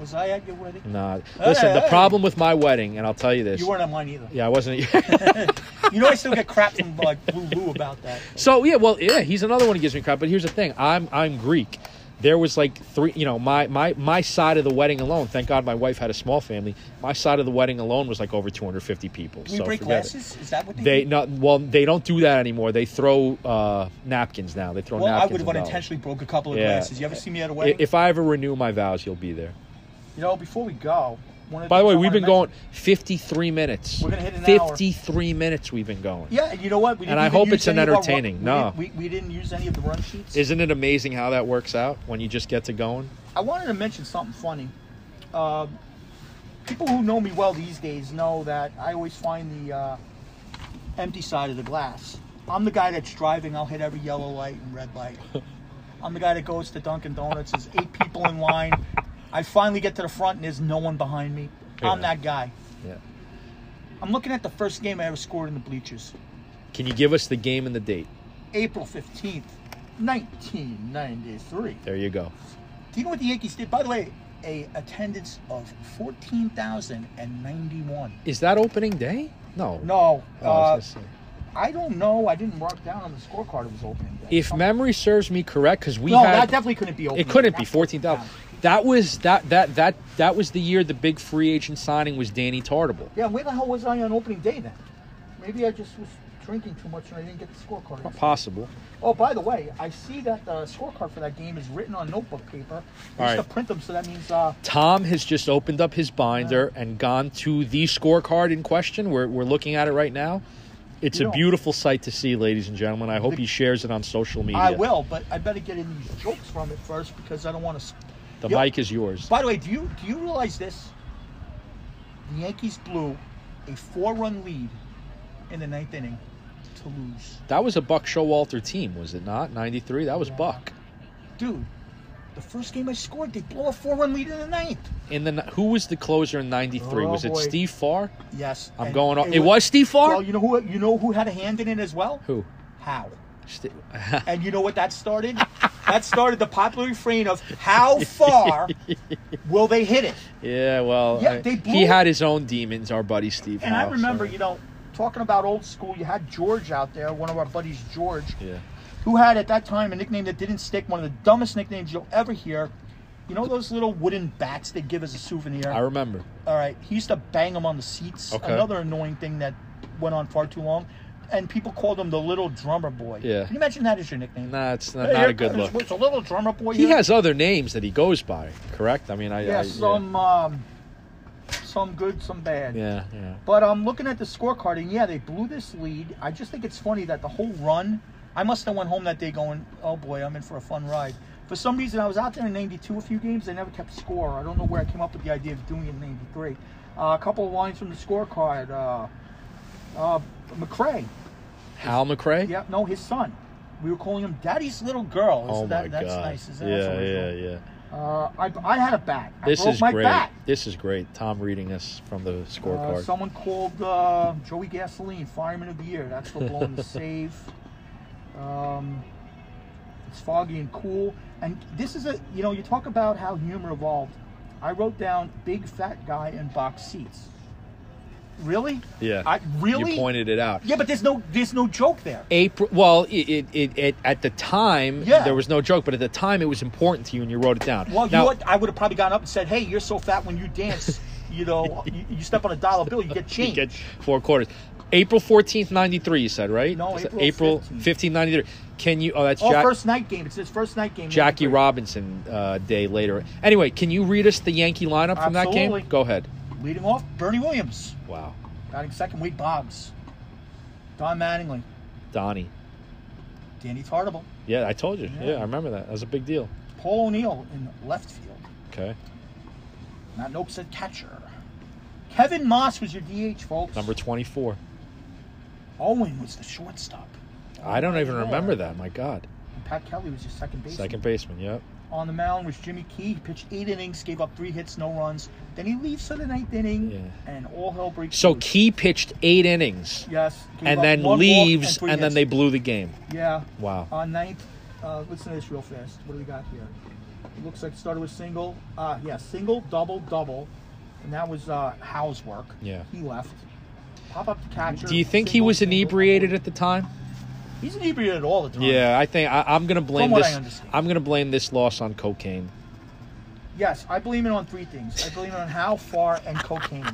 A: Was I at your wedding?
B: Nah.
A: Hey,
B: Listen, the
A: hey.
B: problem with my wedding, and I'll tell you this.
A: You weren't on mine either.
B: yeah, I wasn't.
A: You know, I still get crap from like Blue Lou about that.
B: so yeah, well, yeah, he's another one who gives me crap. But here's the thing: I'm I'm Greek. There was like three, you know, my my my side of the wedding alone. Thank God my wife had a small family. My side of the wedding alone was like over 250 people.
A: We
B: so
A: break
B: forget it.
A: glasses? Is that what they,
B: They
A: do?
B: not well. They don't do that anymore. They throw uh, napkins now. They throw
A: Well, I
B: napkins.
A: would have
B: and dollars.
A: unintentionally broke a couple of
B: Yeah.
A: glasses. You ever see me at a
B: I-
A: wedding?
B: If I ever renew my vows, you'll be there.
A: you know, before we go, one of
B: By the way,
A: things I
B: we've
A: wanna
B: been
A: mention-
B: going 53 minutes.
A: We're gonna hit an hour.
B: 53 minutes. We've been going.
A: Yeah, and you know what? We
B: And
A: didn't
B: I
A: even
B: hope
A: use
B: it's an
A: any of our run-
B: entertaining.
A: we
B: No.
A: didn't- we, we didn't use any of the run sheets.
B: Isn't it amazing how that works out when you just get to going?
A: I wanted to mention something funny. Um people who know me well these days know that I always find the uh, empty side of the glass. I'm the guy that's driving. I'll hit every yellow light and red light. I'm the guy that goes to Dunkin' Donuts. There's eight people in line. I finally get to the front and there's no one behind me. I'm
B: Yeah.
A: that guy.
B: Yeah.
A: I'm looking at the first game I ever scored in the bleachers.
B: Can you give us the game and the date?
A: April 15th, 1993.
B: There you go.
A: Do you know what the Yankees did? By the way, a attendance of 14,091.
B: Is that opening day? No.
A: No,
B: Oh, I
A: uh,
B: was gonna say.
A: I don't know. I didn't mark down on the scorecard it was opening. Day.
B: if memory serves me correct, because we
A: no,
B: had
A: that definitely couldn't be opening.
B: it couldn't
A: day.
B: be 14,000. That was that that that that was the year the big free agent signing was Danny Tartable.
A: Yeah, where the hell was I on opening day then? Maybe I just was drinking too much and I didn't get the scorecard.
B: Possible.
A: Oh, by the way, I see that the scorecard for that game is written on notebook paper. They used
B: All right.
A: to print them, so that means uh,
B: Tom has just opened up his binder and gone to the scorecard in question. We're, we're looking at it right now. It's
A: You
B: a
A: know-
B: beautiful sight to see, ladies and gentlemen. I hope
A: The-
B: he shares it on social media.
A: I will, but I better get in these jokes from it first because I don't want to.
B: The
A: Yep.
B: mic is yours.
A: By the way, do you do you realize this? The Yankees blew a four-run lead in the ninth inning to lose.
B: That was a Buck Showalter team, was it not? 93? That was
A: Yeah.
B: Buck.
A: Dude, the first game I scored, they blow a four-run lead in the ninth.
B: In the who was the closer in 93?
A: Oh,
B: was it
A: boy.
B: Steve Farr?
A: Yes,
B: I'm
A: and
B: going on. It, was Steve Farr?
A: Well, you know who you know who had a hand in it as well?
B: who?
A: How?
B: Sti-
A: And you know what that started? that started the popular refrain of how far will they hit it?
B: yeah, well,
A: Yeah,
B: I-
A: they
B: he
A: blew-
B: had his own demons, our buddy Steve.
A: And I
B: Howe,
A: remember,
B: so-
A: you know, talking about old school, you had George out there, one of our buddies, George,
B: Yeah.
A: who had at that time a nickname that didn't stick, one of the dumbest nicknames you'll ever hear. You know those little wooden bats they give as a souvenir?
B: I remember.
A: All right, he used to bang them on the seats.
B: Okay.
A: Another annoying thing that went on far too long. And people called him the little drummer boy.
B: Yeah.
A: Can you imagine that as your nickname?
B: Nah, it's not,
A: Hey,
B: not
A: here
B: a good
A: comes-
B: look.
A: It's a little drummer boy.
B: He
A: here.
B: has other names that he goes by, correct? I mean, I,
A: Yeah,
B: I
A: some um, some good, some bad.
B: yeah, yeah,
A: But I'm um, looking at the scorecard, and yeah, they blew this lead. I just think it's funny that the whole run, I must have went home that day going, "Oh boy, I'm in for a fun ride." For some reason, I was out there in '92 a few games. They never kept score. I don't know where I came up with the idea of doing it in '93. Uh, a couple of lines from the scorecard. Uh, uh, McCray.
B: Hal McRae.
A: Yeah, no, his son. We were calling him Daddy's little girl.
B: Oh
A: Isn't that,
B: my
A: that's
B: god.
A: nice. Isn't that
B: yeah,
A: that's
B: yeah,
A: original?
B: yeah.
A: Uh, I, I had a bat. I
B: This
A: broke
B: is
A: my
B: great.
A: bat.
B: This is great. Tom reading us from the
A: Uh,
B: scorecard.
A: someone called uh, Joey Gasoline Fireman of the Year. That's for blowing the save. Um, it's foggy and cool. And this is a, you know, you talk about how humor evolved. I wrote down big fat guy in box seats. Really?
B: yeah,
A: I really.
B: You pointed it out.
A: yeah, but there's no there's no joke there.
B: April. Well, it, it, it, it at the time
A: Yeah.
B: there was no joke, but at the time it was important to you, and you wrote it down.
A: Well, you
B: Now-
A: know what? I would have probably gone up and said, "Hey, you're so fat when you dance, you know, you, you step on a dollar bill, you get
B: You
A: change."
B: get four quarters. April 14th, 93, you said, right?
A: No,
B: Is it
A: April
B: 15th, 93. Can you, oh, that's
A: oh,
B: Jack,
A: first night game. It's his first night game.
B: Jackie
A: Rob.
B: Robinson uh, day later. Anyway, can you read us the Yankee lineup from that
A: Absolutely.
B: game? Go ahead.
A: Leading off, Bernie Williams.
B: Wow.
A: Batting second, Wade Boggs. Don Mattingly.
B: Donnie.
A: Danny Tartable.
B: Yeah, I told you. Yeah,
A: Yeah.
B: I remember that. That was a big deal.
A: Paul O'Neill in left field.
B: Okay.
A: Matt Noakes at catcher. Kevin Moss was your DH, folks.
B: Number 24.
A: Owen was the shortstop.
B: I don't even
A: Yeah.
B: remember that. My God.
A: And Pat Kelly was your second baseman.
B: Second baseman. Yep.
A: On the mound was Jimmy Key. He pitched eight innings, gave up three hits, no runs. Then he leaves for the ninth inning,
B: Yeah.
A: and all hell breaks
B: So
A: loose.
B: Key pitched eight innings
A: Yes. gave
B: and
A: up
B: then
A: one walk
B: leaves
A: three
B: and then they
A: hits.
B: blew the game.
A: Yeah.
B: Wow.
A: On ninth, uh, listen to this real fast. What do we got here? It looks like it started with single. Uh, yeah, single, double, double. And that was uh, Howe's work.
B: Yeah.
A: He left. Pop up the catcher.
B: Do you think he
A: single,
B: was
A: single,
B: inebriated
A: double.
B: at the time?
A: He's inebriated all the time.
B: Yeah, I think I, I'm gonna blame
A: what I
B: this.
A: understand.
B: I'm gonna blame this loss on cocaine.
A: Yes, I blame it on three things. I blame it on how far and cocaine.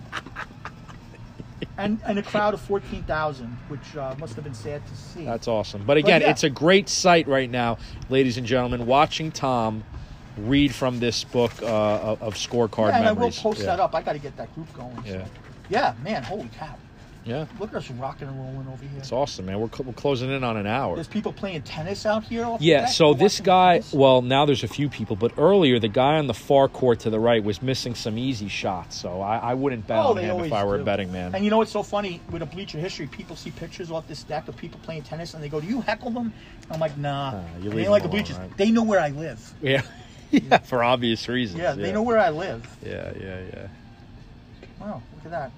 A: And, and a crowd of 14,000, which uh, must have been sad to see.
B: That's awesome. But again,
A: yeah.
B: it's a great sight right now, ladies and gentlemen. Watching Tom read from this book uh, of of scorecard
A: yeah, and I will
B: memories.
A: post
B: yeah.
A: that up. I got to get that group going.
B: Yeah,
A: yeah, man, holy cow.
B: yeah,
A: Look at us rocking and rolling over here.
B: it's awesome, man. We're, cl- we're closing in on an hour.
A: There's people playing tennis out here. Off the
B: Yeah,
A: deck.
B: so
A: We're
B: this
A: watching
B: guy,
A: tennis.
B: well, now there's a few people, but earlier the guy on the far court to the right was missing some easy shots, so I, I wouldn't bet
A: Oh,
B: on
A: they
B: him if
A: always
B: I were a
A: do.
B: betting man.
A: And you know what's so funny? With a Bleacher History, people see pictures off this deck of people playing tennis, and they go, "Do you heckle them?" I'm like, "Nah."
B: you
A: And
B: leave
A: they
B: them
A: like the
B: alone,
A: bleachers.
B: right?
A: They know where I live.
B: yeah. yeah, for obvious reasons.
A: Yeah, they know where I live.
B: Yeah, yeah, yeah.
A: Wow, look at that.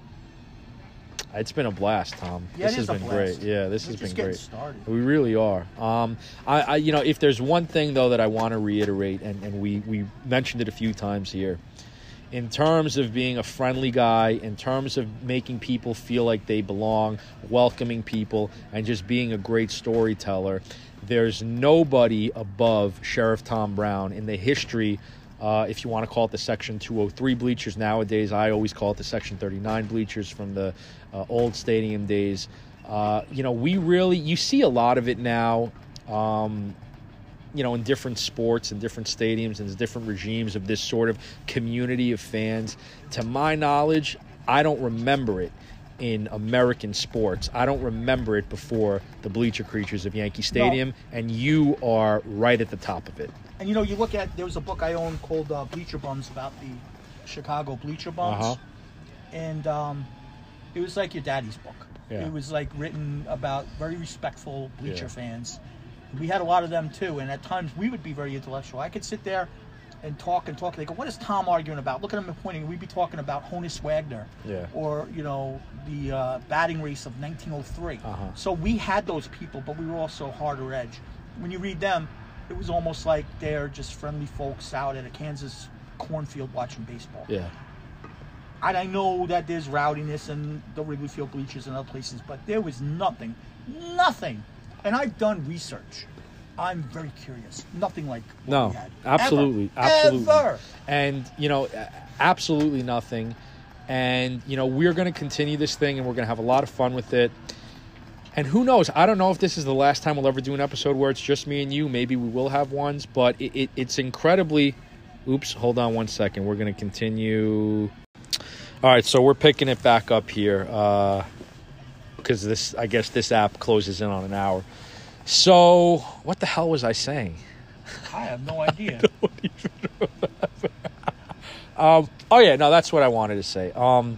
B: It's been a blast, Tom.
A: Yeah,
B: this
A: it is
B: has
A: a
B: been
A: blast.
B: great. Yeah, this
A: We're
B: has
A: just
B: been
A: getting
B: great.
A: started.
B: We really are. Um, I, I, you know, if there's one thing though that I want to reiterate, and, and we we mentioned it a few times here, in terms of being a friendly guy, in terms of making people feel like they belong, welcoming people, and just being a great storyteller, there's nobody above Sheriff Tom Brown in the history Uh, if you want to call it the Section 203 bleachers nowadays, I always call it the Section 39 bleachers from the uh, old stadium days. Uh, you know, we really you see a lot of it now. Um, you know, in different sports and different stadiums and different regimes of this sort of community of fans. To my knowledge, I don't remember it in American sports. I don't remember it before the bleacher creatures of Yankee Stadium, and you are right at the top of it.
A: And you know, you look at there was a book I own called uh, Bleacher Bums about the Chicago Bleacher Bums,
B: Uh-huh.
A: and um, it was like your daddy's book.
B: Yeah.
A: It was like written about very respectful bleacher
B: Yeah.
A: fans. We had a lot of them too, and at times we would be very intellectual. I could sit there and talk and talk. They go, "What is Tom arguing about?" Look at him and pointing. We'd be talking about Honus Wagner,
B: Yeah.
A: or you know the uh, batting race of 1903.
B: Uh-huh.
A: So we had those people, but we were also harder edge. When you read them, it was almost like they're just friendly folks out at a Kansas cornfield watching baseball.
B: Yeah.
A: And I know that there's rowdiness in the Wrigley Field bleachers and other places, but there was nothing, nothing. And I've done research. I'm very curious. Nothing like what
B: No,
A: we had.
B: absolutely,
A: Oh, Ever.
B: absolutely,
A: Ever.
B: and you know, a- absolutely nothing. And you know, we're going to continue this thing, and we're going to have a lot of fun with it. And who knows? I don't know if this is the last time we'll ever do an episode where it's just me and you. Maybe we will have ones, but it, it, it's incredibly. Oops, hold on one second. We're going to continue. All right, so we're picking it back up here because this, I guess, this app closes in on an hour. So, what the hell was I saying?
A: I have no idea.
B: Um, oh yeah, no, that's what I wanted to say. Um,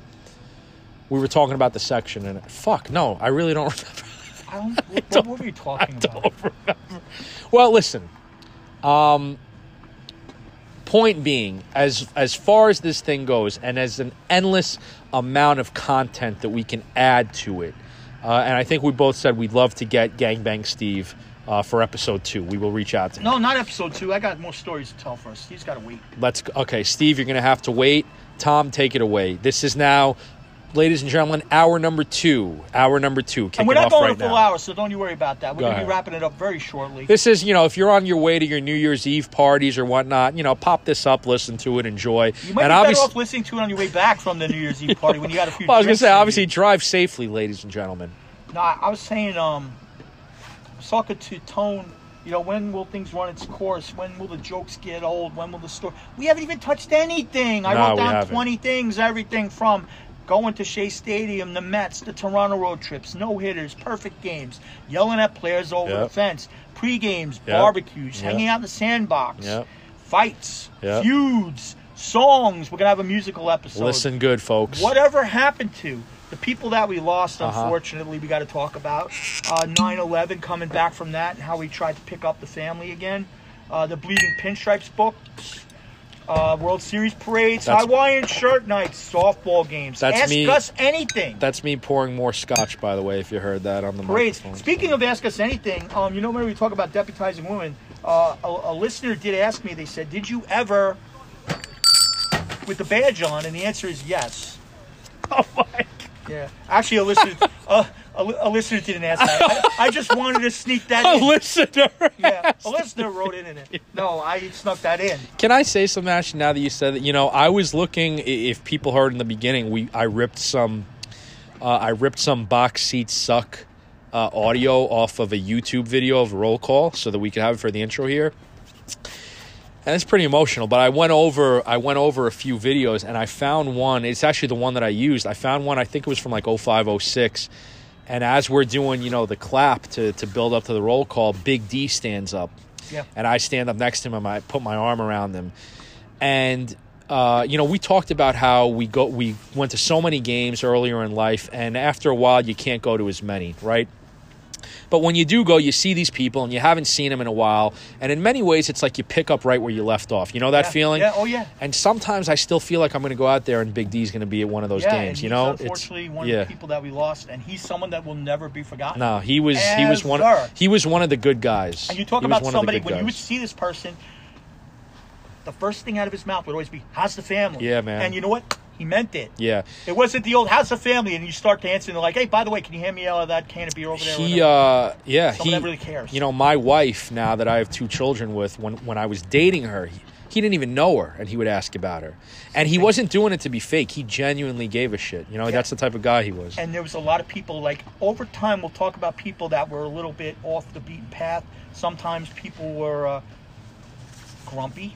B: we were talking about the section, and fuck, no, I really don't remember.
A: I don't, what, what were you talking about?
B: Well, listen. Um, point being, as as far as this thing goes, and as an endless amount of content that we can add to it, uh, and I think we both said we'd love to get Gangbang Steve uh, for episode two. We will reach out to him.
A: No, not episode two. I got more stories to tell first. He's got to wait.
B: Let's okay, Steve. You're going to have to wait. Tom, take it away. This is now, ladies and gentlemen, hour number two. Hour number two. Kicking
A: And we're not
B: off
A: going a
B: right
A: full
B: now.
A: hour, so don't you worry about that. We're
B: Go
A: going to
B: ahead.
A: be wrapping it up very shortly.
B: This is, you know, if you're on your way to your New Year's Eve parties or whatnot, you know, pop this up, listen to it,
A: you
B: enjoy.
A: might
B: and
A: be better
B: obviously,
A: off listening to it on your way back from the New Year's Eve party when you got a few.
B: well, I was gonna
A: drinks
B: say,
A: in you.
B: obviously, drive safely, ladies and gentlemen.
A: No, I I was saying, um, I was talking to Tone. You know, when will things run its course? When will the jokes get old? When will the story? We haven't even touched anything. I
B: No,
A: wrote
B: we
A: down
B: haven't.
A: twenty things, everything from going to Shea Stadium, the Mets, the Toronto road trips, no hitters, perfect games, yelling at players over the
B: Yep.
A: fence, pre games,
B: Yep.
A: barbecues,
B: Yep.
A: hanging out in the sandbox,
B: Yep.
A: fights,
B: Yep.
A: feuds, songs. We're gonna have a musical episode
B: listen good, folks.
A: whatever happened to the people that we lost
B: Uh-huh.
A: unfortunately we got to talk about uh, 9-11 coming back from that and how we tried to pick up the family again uh, the bleeding pinstripes book uh, world series parades
B: That's-
A: hawaiian shirt nights softball games
B: That's
A: ask
B: me-
A: us anything
B: That's me pouring more scotch, by the way, if you heard that on the
A: parades
B: microphone.
A: speaking of ask us anything um, you know when we talk about deputizing women uh, a, a listener did ask me they said did you ever with the badge on and the answer is yes
B: Oh, my.
A: Yeah, actually, a listener, uh, a, li- a listener didn't ask that. I, I just wanted to sneak that
B: A
A: in.
B: listener.
A: yeah, a listener wrote in it. No, I snuck that in.
B: Can I say something, Ash? Now that you said that, you know, I was looking. i- If people heard in the beginning, we I ripped some, uh, I ripped some box seat suck uh, audio off of a YouTube video of roll call, so that we could have it for the intro here. And it's pretty emotional, but I went over I went over a few videos and I found one. It's actually the one that I used. I found one. I think it was from like 05, 06. And as we're doing, you know, the clap to to build up to the roll call, Big D stands up
A: Yeah,
B: and I stand up next to him and I put my arm around him. And uh, you know, we talked about how we go we went to so many games earlier in life, and after a while, you can't go to as many, right? But when you do go, you see these people and you haven't seen them in a while. And in many ways, it's like you pick up right where you left off. You know that
A: Yeah.
B: feeling?
A: Yeah, oh, yeah.
B: And sometimes I still feel like I'm going to go out there and Big D's going to be at one of those
A: yeah. and
B: games.
A: he's
B: You know?
A: unfortunately one
B: yeah.
A: of the people that we lost, and he's someone that will never be forgotten.
B: No, he was he was one
A: Ever.
B: he was one of the good guys.
A: And you talk
B: He was
A: about
B: one of the
A: somebody
B: good
A: when you would
B: guys.
A: see this person, the first thing out of his mouth would always be "How's the family?"
B: Yeah, man.
A: And you know what? He meant it.
B: yeah.
A: It wasn't the old "How's the family?" and you start to answer, and they're like, "Hey, by the way, can you hand me out of that can of beer over there?" or
B: he
A: whatever?"
B: uh yeah
A: Someone
B: he
A: that really cares.
B: you know my wife now that i have two children with when when i was dating her he, He didn't even know her, and he would ask about her. And he wasn't doing it to be fake. He genuinely gave a shit. You know, that's the type of guy he was.
A: and there was a lot of people like over time we'll talk about people that were a little bit off the beaten path sometimes people were uh, grumpy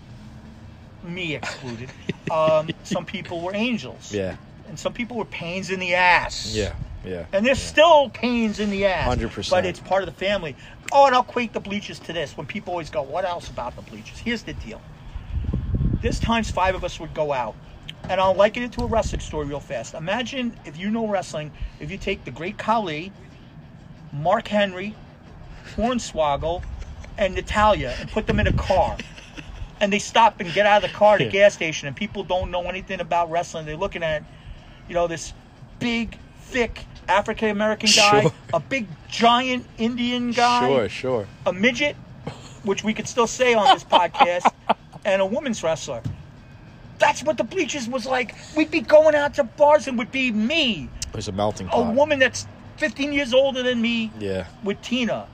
A: me excluded um, some people were angels
B: Yeah,
A: and some people were pains in the ass
B: yeah, yeah.
A: and there's still pains in the ass
B: 100%.
A: but it's part of the family oh and i'll equate the bleachers to this when people always go what else about the bleachers here's the deal this times five of us would go out and i'll liken it to a wrestling story real fast imagine if you know wrestling if you take the great khali mark henry hornswoggle and natalia and put them in a car and they stop and get out of the car at a
B: Yeah.
A: gas station and people don't know anything about wrestling they're looking at you know this big thick african american guy
B: Sure.
A: a big giant indian guy
B: Sure, sure.
A: a midget, which we could still say on this podcast, and a women's wrestler. That's what the bleachers was like. We'd be going out to bars and would be me,
B: It was a melting
A: a
B: pot.
A: woman that's 15 years older than me,
B: Yeah,
A: with Tina,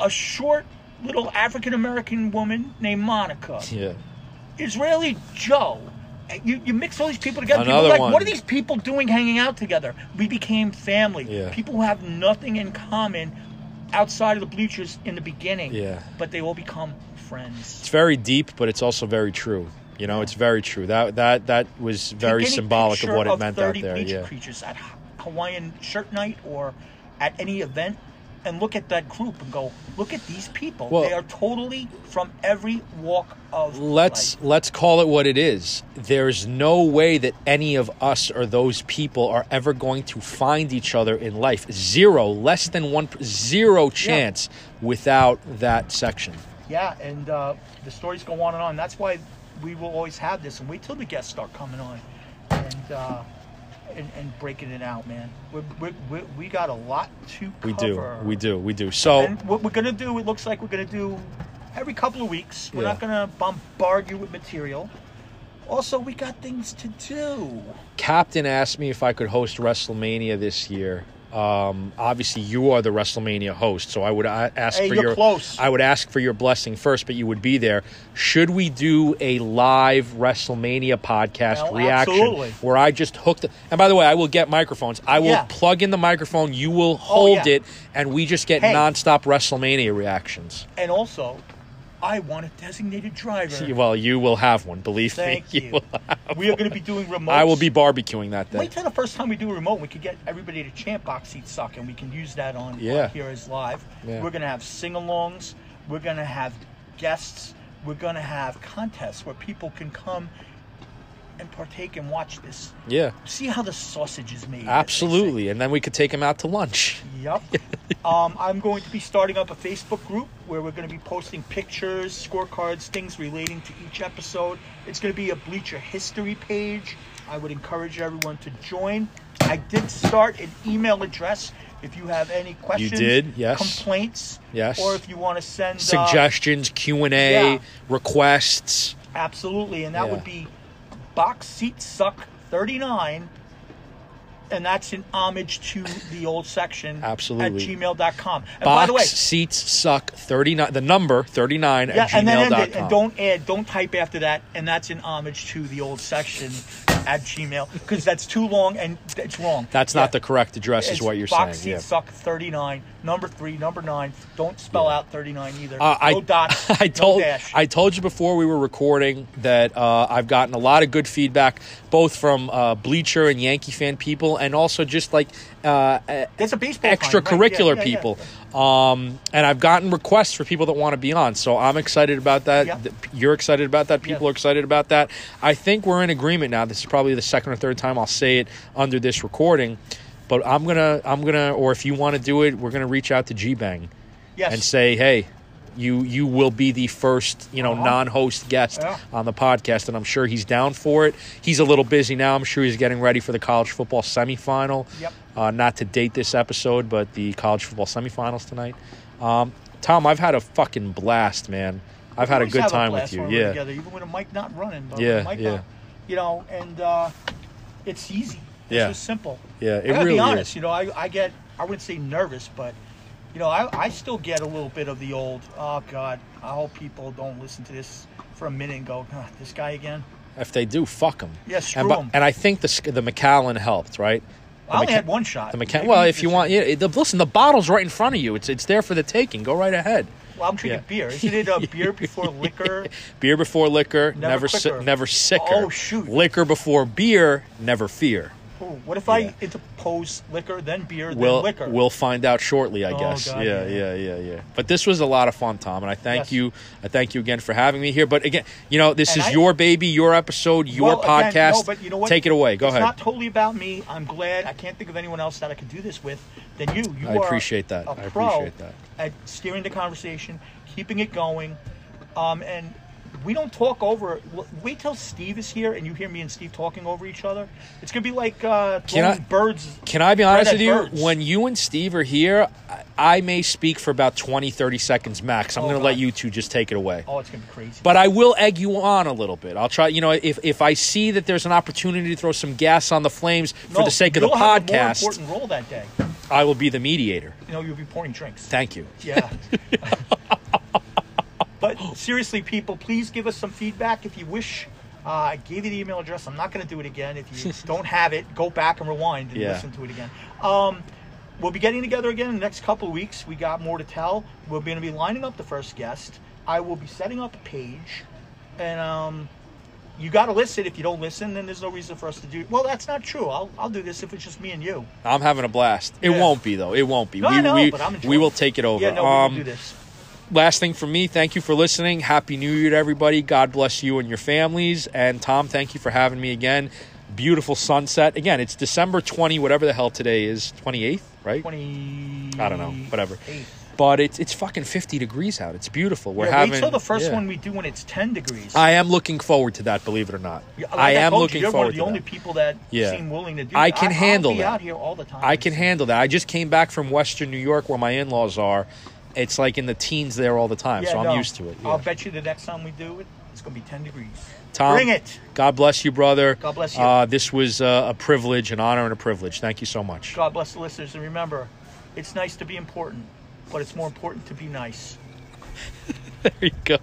A: a short little African American woman named Monica,
B: yeah.
A: Israeli Joe. You, you mix all these people together.
B: Another
A: people are like,
B: one.
A: what are these people doing hanging out together? We became family.
B: Yeah.
A: People who have nothing in common outside of the bleachers in the beginning.
B: Yeah.
A: But they all become friends.
B: It's very deep, but it's also very true. You know, it's very true. That that that was very
A: Take any
B: symbolic of
A: picture
B: what it meant out
A: 30
B: there.
A: bleacher
B: Yeah.
A: creatures at Ha- Hawaiian shirt night or at any event and look at that group and go, look at these people.
B: Well-
A: they are totally from every walk of
B: Let's
A: life.
B: let's call it what it is. There's no way that any of us or those people are ever going to find each other in life. Zero, less than one, per- zero chance without that section.
A: Yeah, and uh, the stories go on and on. That's why we will always have this, and wait till the guests start coming on, and uh, and, and breaking it out, man. We we we we got a lot to
B: We
A: cover.
B: do, we do, we do. So
A: And what we're gonna do, it looks like we're gonna do every couple of weeks. We're
B: Yeah.
A: not gonna bombard you with material. Also, we got things to do.
B: Captain asked me if I could host WrestleMania this year. Um, obviously, you are the WrestleMania host, so I would uh, ask
A: Hey,
B: for
A: you're
B: your
A: close.
B: I would ask for your blessing first, but you would be there. Should we do a live WrestleMania podcast
A: Well,
B: reaction
A: absolutely.
B: where I just hook the? And by the way, I will get microphones. I will
A: Yeah. Oh,
B: plug in the microphone. You will hold
A: yeah.
B: it, and we just get
A: Hey.
B: nonstop WrestleMania reactions.
A: And also, I want a designated driver.
B: Well, you will have one. Believe
A: Thank
B: me,
A: you.
B: will-
A: we are gonna be doing remote.
B: I will be barbecuing that day.
A: Wait till the first time we do a remote, we could get everybody to chant box seat suck, and we can use that on, on
B: Yeah.
A: here as live.
B: Yeah.
A: We're gonna have sing-alongs. We're gonna have guests. We're gonna have contests where people can come and partake and watch this.
B: yeah.
A: See how the sausage is made. as they say.
B: Absolutely, and then we could take him out to lunch.
A: Yep. um, I'm going to be starting up a Facebook group where we're going to be posting pictures, scorecards, things relating to each episode. It's going to be a Bleacher history page. I would encourage everyone to join. I did start an email address if you have any questions,
B: did? Yes.
A: complaints,
B: Yes.
A: or if you want to send uh,
B: Suggestions, Q and A,
A: yeah.
B: requests.
A: absolutely, and that
B: Yeah.
A: would be box seat suck 39. And that's in homage to the old section
B: Absolutely.
A: at gmail.com. And by
B: Box
A: the way,
B: seats suck thirty nine. The number thirty nine
A: Yeah,
B: at
A: and then end
B: gmail.com.
A: it, and don't add, don't type after that, and that's in homage to the old section at Gmail because that's too long and it's wrong.
B: That's
A: Yeah,
B: not the correct address,
A: it's
B: is what you're
A: box
B: saying.
A: seat suck thirty nine, number three, number nine. Don't spell out thirty nine either.
B: Uh, I,
A: no dots,
B: I told
A: no dash.
B: I told you before we were recording that uh, I've gotten a lot of good feedback, both from uh, Bleacher and Yankee fan people, and also just like uh,
A: that's a baseball time, right? Yeah,
B: extracurricular
A: yeah, yeah.
B: people. Um, and I've gotten requests for people that want to be on. So I'm excited about that.
A: Yeah.
B: Th- You're excited about that. People
A: Yeah.
B: are excited about that. I think we're in agreement now. This is probably the second or third time I'll say it under this recording. But I'm gonna, I'm gonna, or if you want to do it, we're gonna reach out to G Bang
A: Yes,
B: and say, hey, you you will be the first you know
A: Uh-huh.
B: non-host guest
A: Yeah.
B: on the podcast, and I'm sure he's down for it. He's a little busy now. I'm sure he's getting ready for the college football semifinal.
A: Yep.
B: Uh, not to date this episode, but the college football semifinals tonight. Um, Tom, I've had a fucking blast, man. I've had a
A: always
B: good
A: have
B: time
A: blast
B: with you.
A: when we're
B: Yeah.
A: together, even when a mic not running, but
B: Yeah,
A: when a mic
B: yeah.
A: not- you know, and uh, it's easy. It's
B: Yeah.
A: just simple.
B: Yeah, it
A: I gotta
B: really
A: be honest.
B: is.
A: You know, I, I get I wouldn't say nervous, but you know, I, I still get a little bit of the old. Oh God, I hope people don't listen to this for a minute and go, God, this guy again.
B: If they do, fuck them.
A: Yeah, screw
B: and, bu-
A: 'em.
B: And I think the sc- the McAllen helped, right? The
A: I only
B: Mc-
A: had one shot.
B: The McCa-
A: Maybe
B: well, if
A: should
B: you
A: say-
B: want, yeah, it- the, listen, the bottle's right in front of you. It's it's there for the taking. Go right ahead.
A: Well, I'm drinking
B: Yeah.
A: beer. Isn't it uh, beer before liquor?
B: Beer before liquor,
A: Never
B: never si-
A: quicker.
B: never sicker.
A: Oh, shoot.
B: Liquor before beer, never fear.
A: Ooh, what if
B: Yeah.
A: I interpose liquor, then beer, then
B: We'll
A: liquor?
B: we'll find out shortly, I
A: Oh,
B: guess.
A: God,
B: yeah, yeah,
A: yeah.
B: yeah, yeah. But this was a lot of fun, Tom, and I thank
A: Yes.
B: you. I thank you again for having me here. But again, you know, this
A: And
B: is
A: I-
B: your baby, your episode, your
A: Well,
B: podcast.
A: again, no, but you know what?
B: Take it away. Go
A: it's
B: ahead.
A: not totally about me. I'm glad. I can't think of anyone else that I could do this with than you. You
B: I
A: are
B: appreciate that.
A: a
B: I
A: pro
B: appreciate that.
A: At steering the conversation, keeping it going, um, and we don't talk over. w- Wait till Steve is here and you hear me and Steve talking over each other. It's gonna be like uh,
B: Can
A: throwing
B: I-
A: birds.
B: Can I be
A: bread
B: honest
A: at
B: with you?
A: birds.
B: When you and Steve are here, I, I may speak for about 20, 30 seconds max. I'm
A: Oh,
B: going to
A: God.
B: let you two just take it away.
A: oh, it's gonna be crazy.
B: But I will egg you on a little bit. I'll try, you know, if, if I see that there's an opportunity to throw some gas on the flames for
A: No,
B: the sake of the
A: you'll have a more
B: podcast,
A: important role that day.
B: I will be the mediator.
A: You know, you'll be pouring drinks.
B: Thank you.
A: Yeah. but seriously, people, please give us some feedback if you wish. Uh, I gave you the email address. I'm not going to do it again. If you don't have it, go back and rewind and
B: Yeah.
A: listen to it again. Um, we'll be getting together again in the next couple of weeks. We got more to tell. We're going to be lining up the first guest. I will be setting up a page, and um, you got to listen. If you don't listen, then there's no reason for us to do. Well, that's not true. I'll I'll do this if it's just me and you.
B: I'm having a blast. It
A: Yeah.
B: won't be, though. It won't be.
A: No,
B: we,
A: I know,
B: we,
A: but I'm enjoying
B: we will
A: it.
B: take it over.
A: Yeah, no, we
B: Um,
A: will do this.
B: last thing from me, thank you for listening. Happy New Year to everybody. God bless you and your families. And Tom, thank you for having me again. Beautiful sunset. Again, it's December 20, whatever the hell today is, 28th, right?
A: Twenty.
B: I don't know, whatever.
A: eight.
B: But it's it's fucking 50 degrees out. It's beautiful. We're
A: Yeah,
B: having
A: wait till the first
B: yeah.
A: one we do when it's 10 degrees.
B: I am looking forward to that, believe it or not.
A: Like
B: I am
A: told you,
B: looking
A: you're
B: forward
A: one of the
B: to
A: only
B: that.
A: people that
B: Yeah.
A: seem willing to do.
B: I can
A: I'll
B: handle
A: be
B: that.
A: out here all the time.
B: I can handle that. I just came back from Western New York where my in-laws are. It's like in the teens there all the time,
A: Yeah,
B: so I'm
A: no.
B: used to it. yeah.
A: I'll bet you the next time we do it, it's going to be 10 degrees.
B: Tom,
A: Bring it.
B: God bless you, brother.
A: God bless you.
B: Uh, this was uh, a privilege, an honor, and a privilege. Thank you so much.
A: God bless the listeners. And remember, it's nice to be important, but it's more important to be nice.
B: There you go.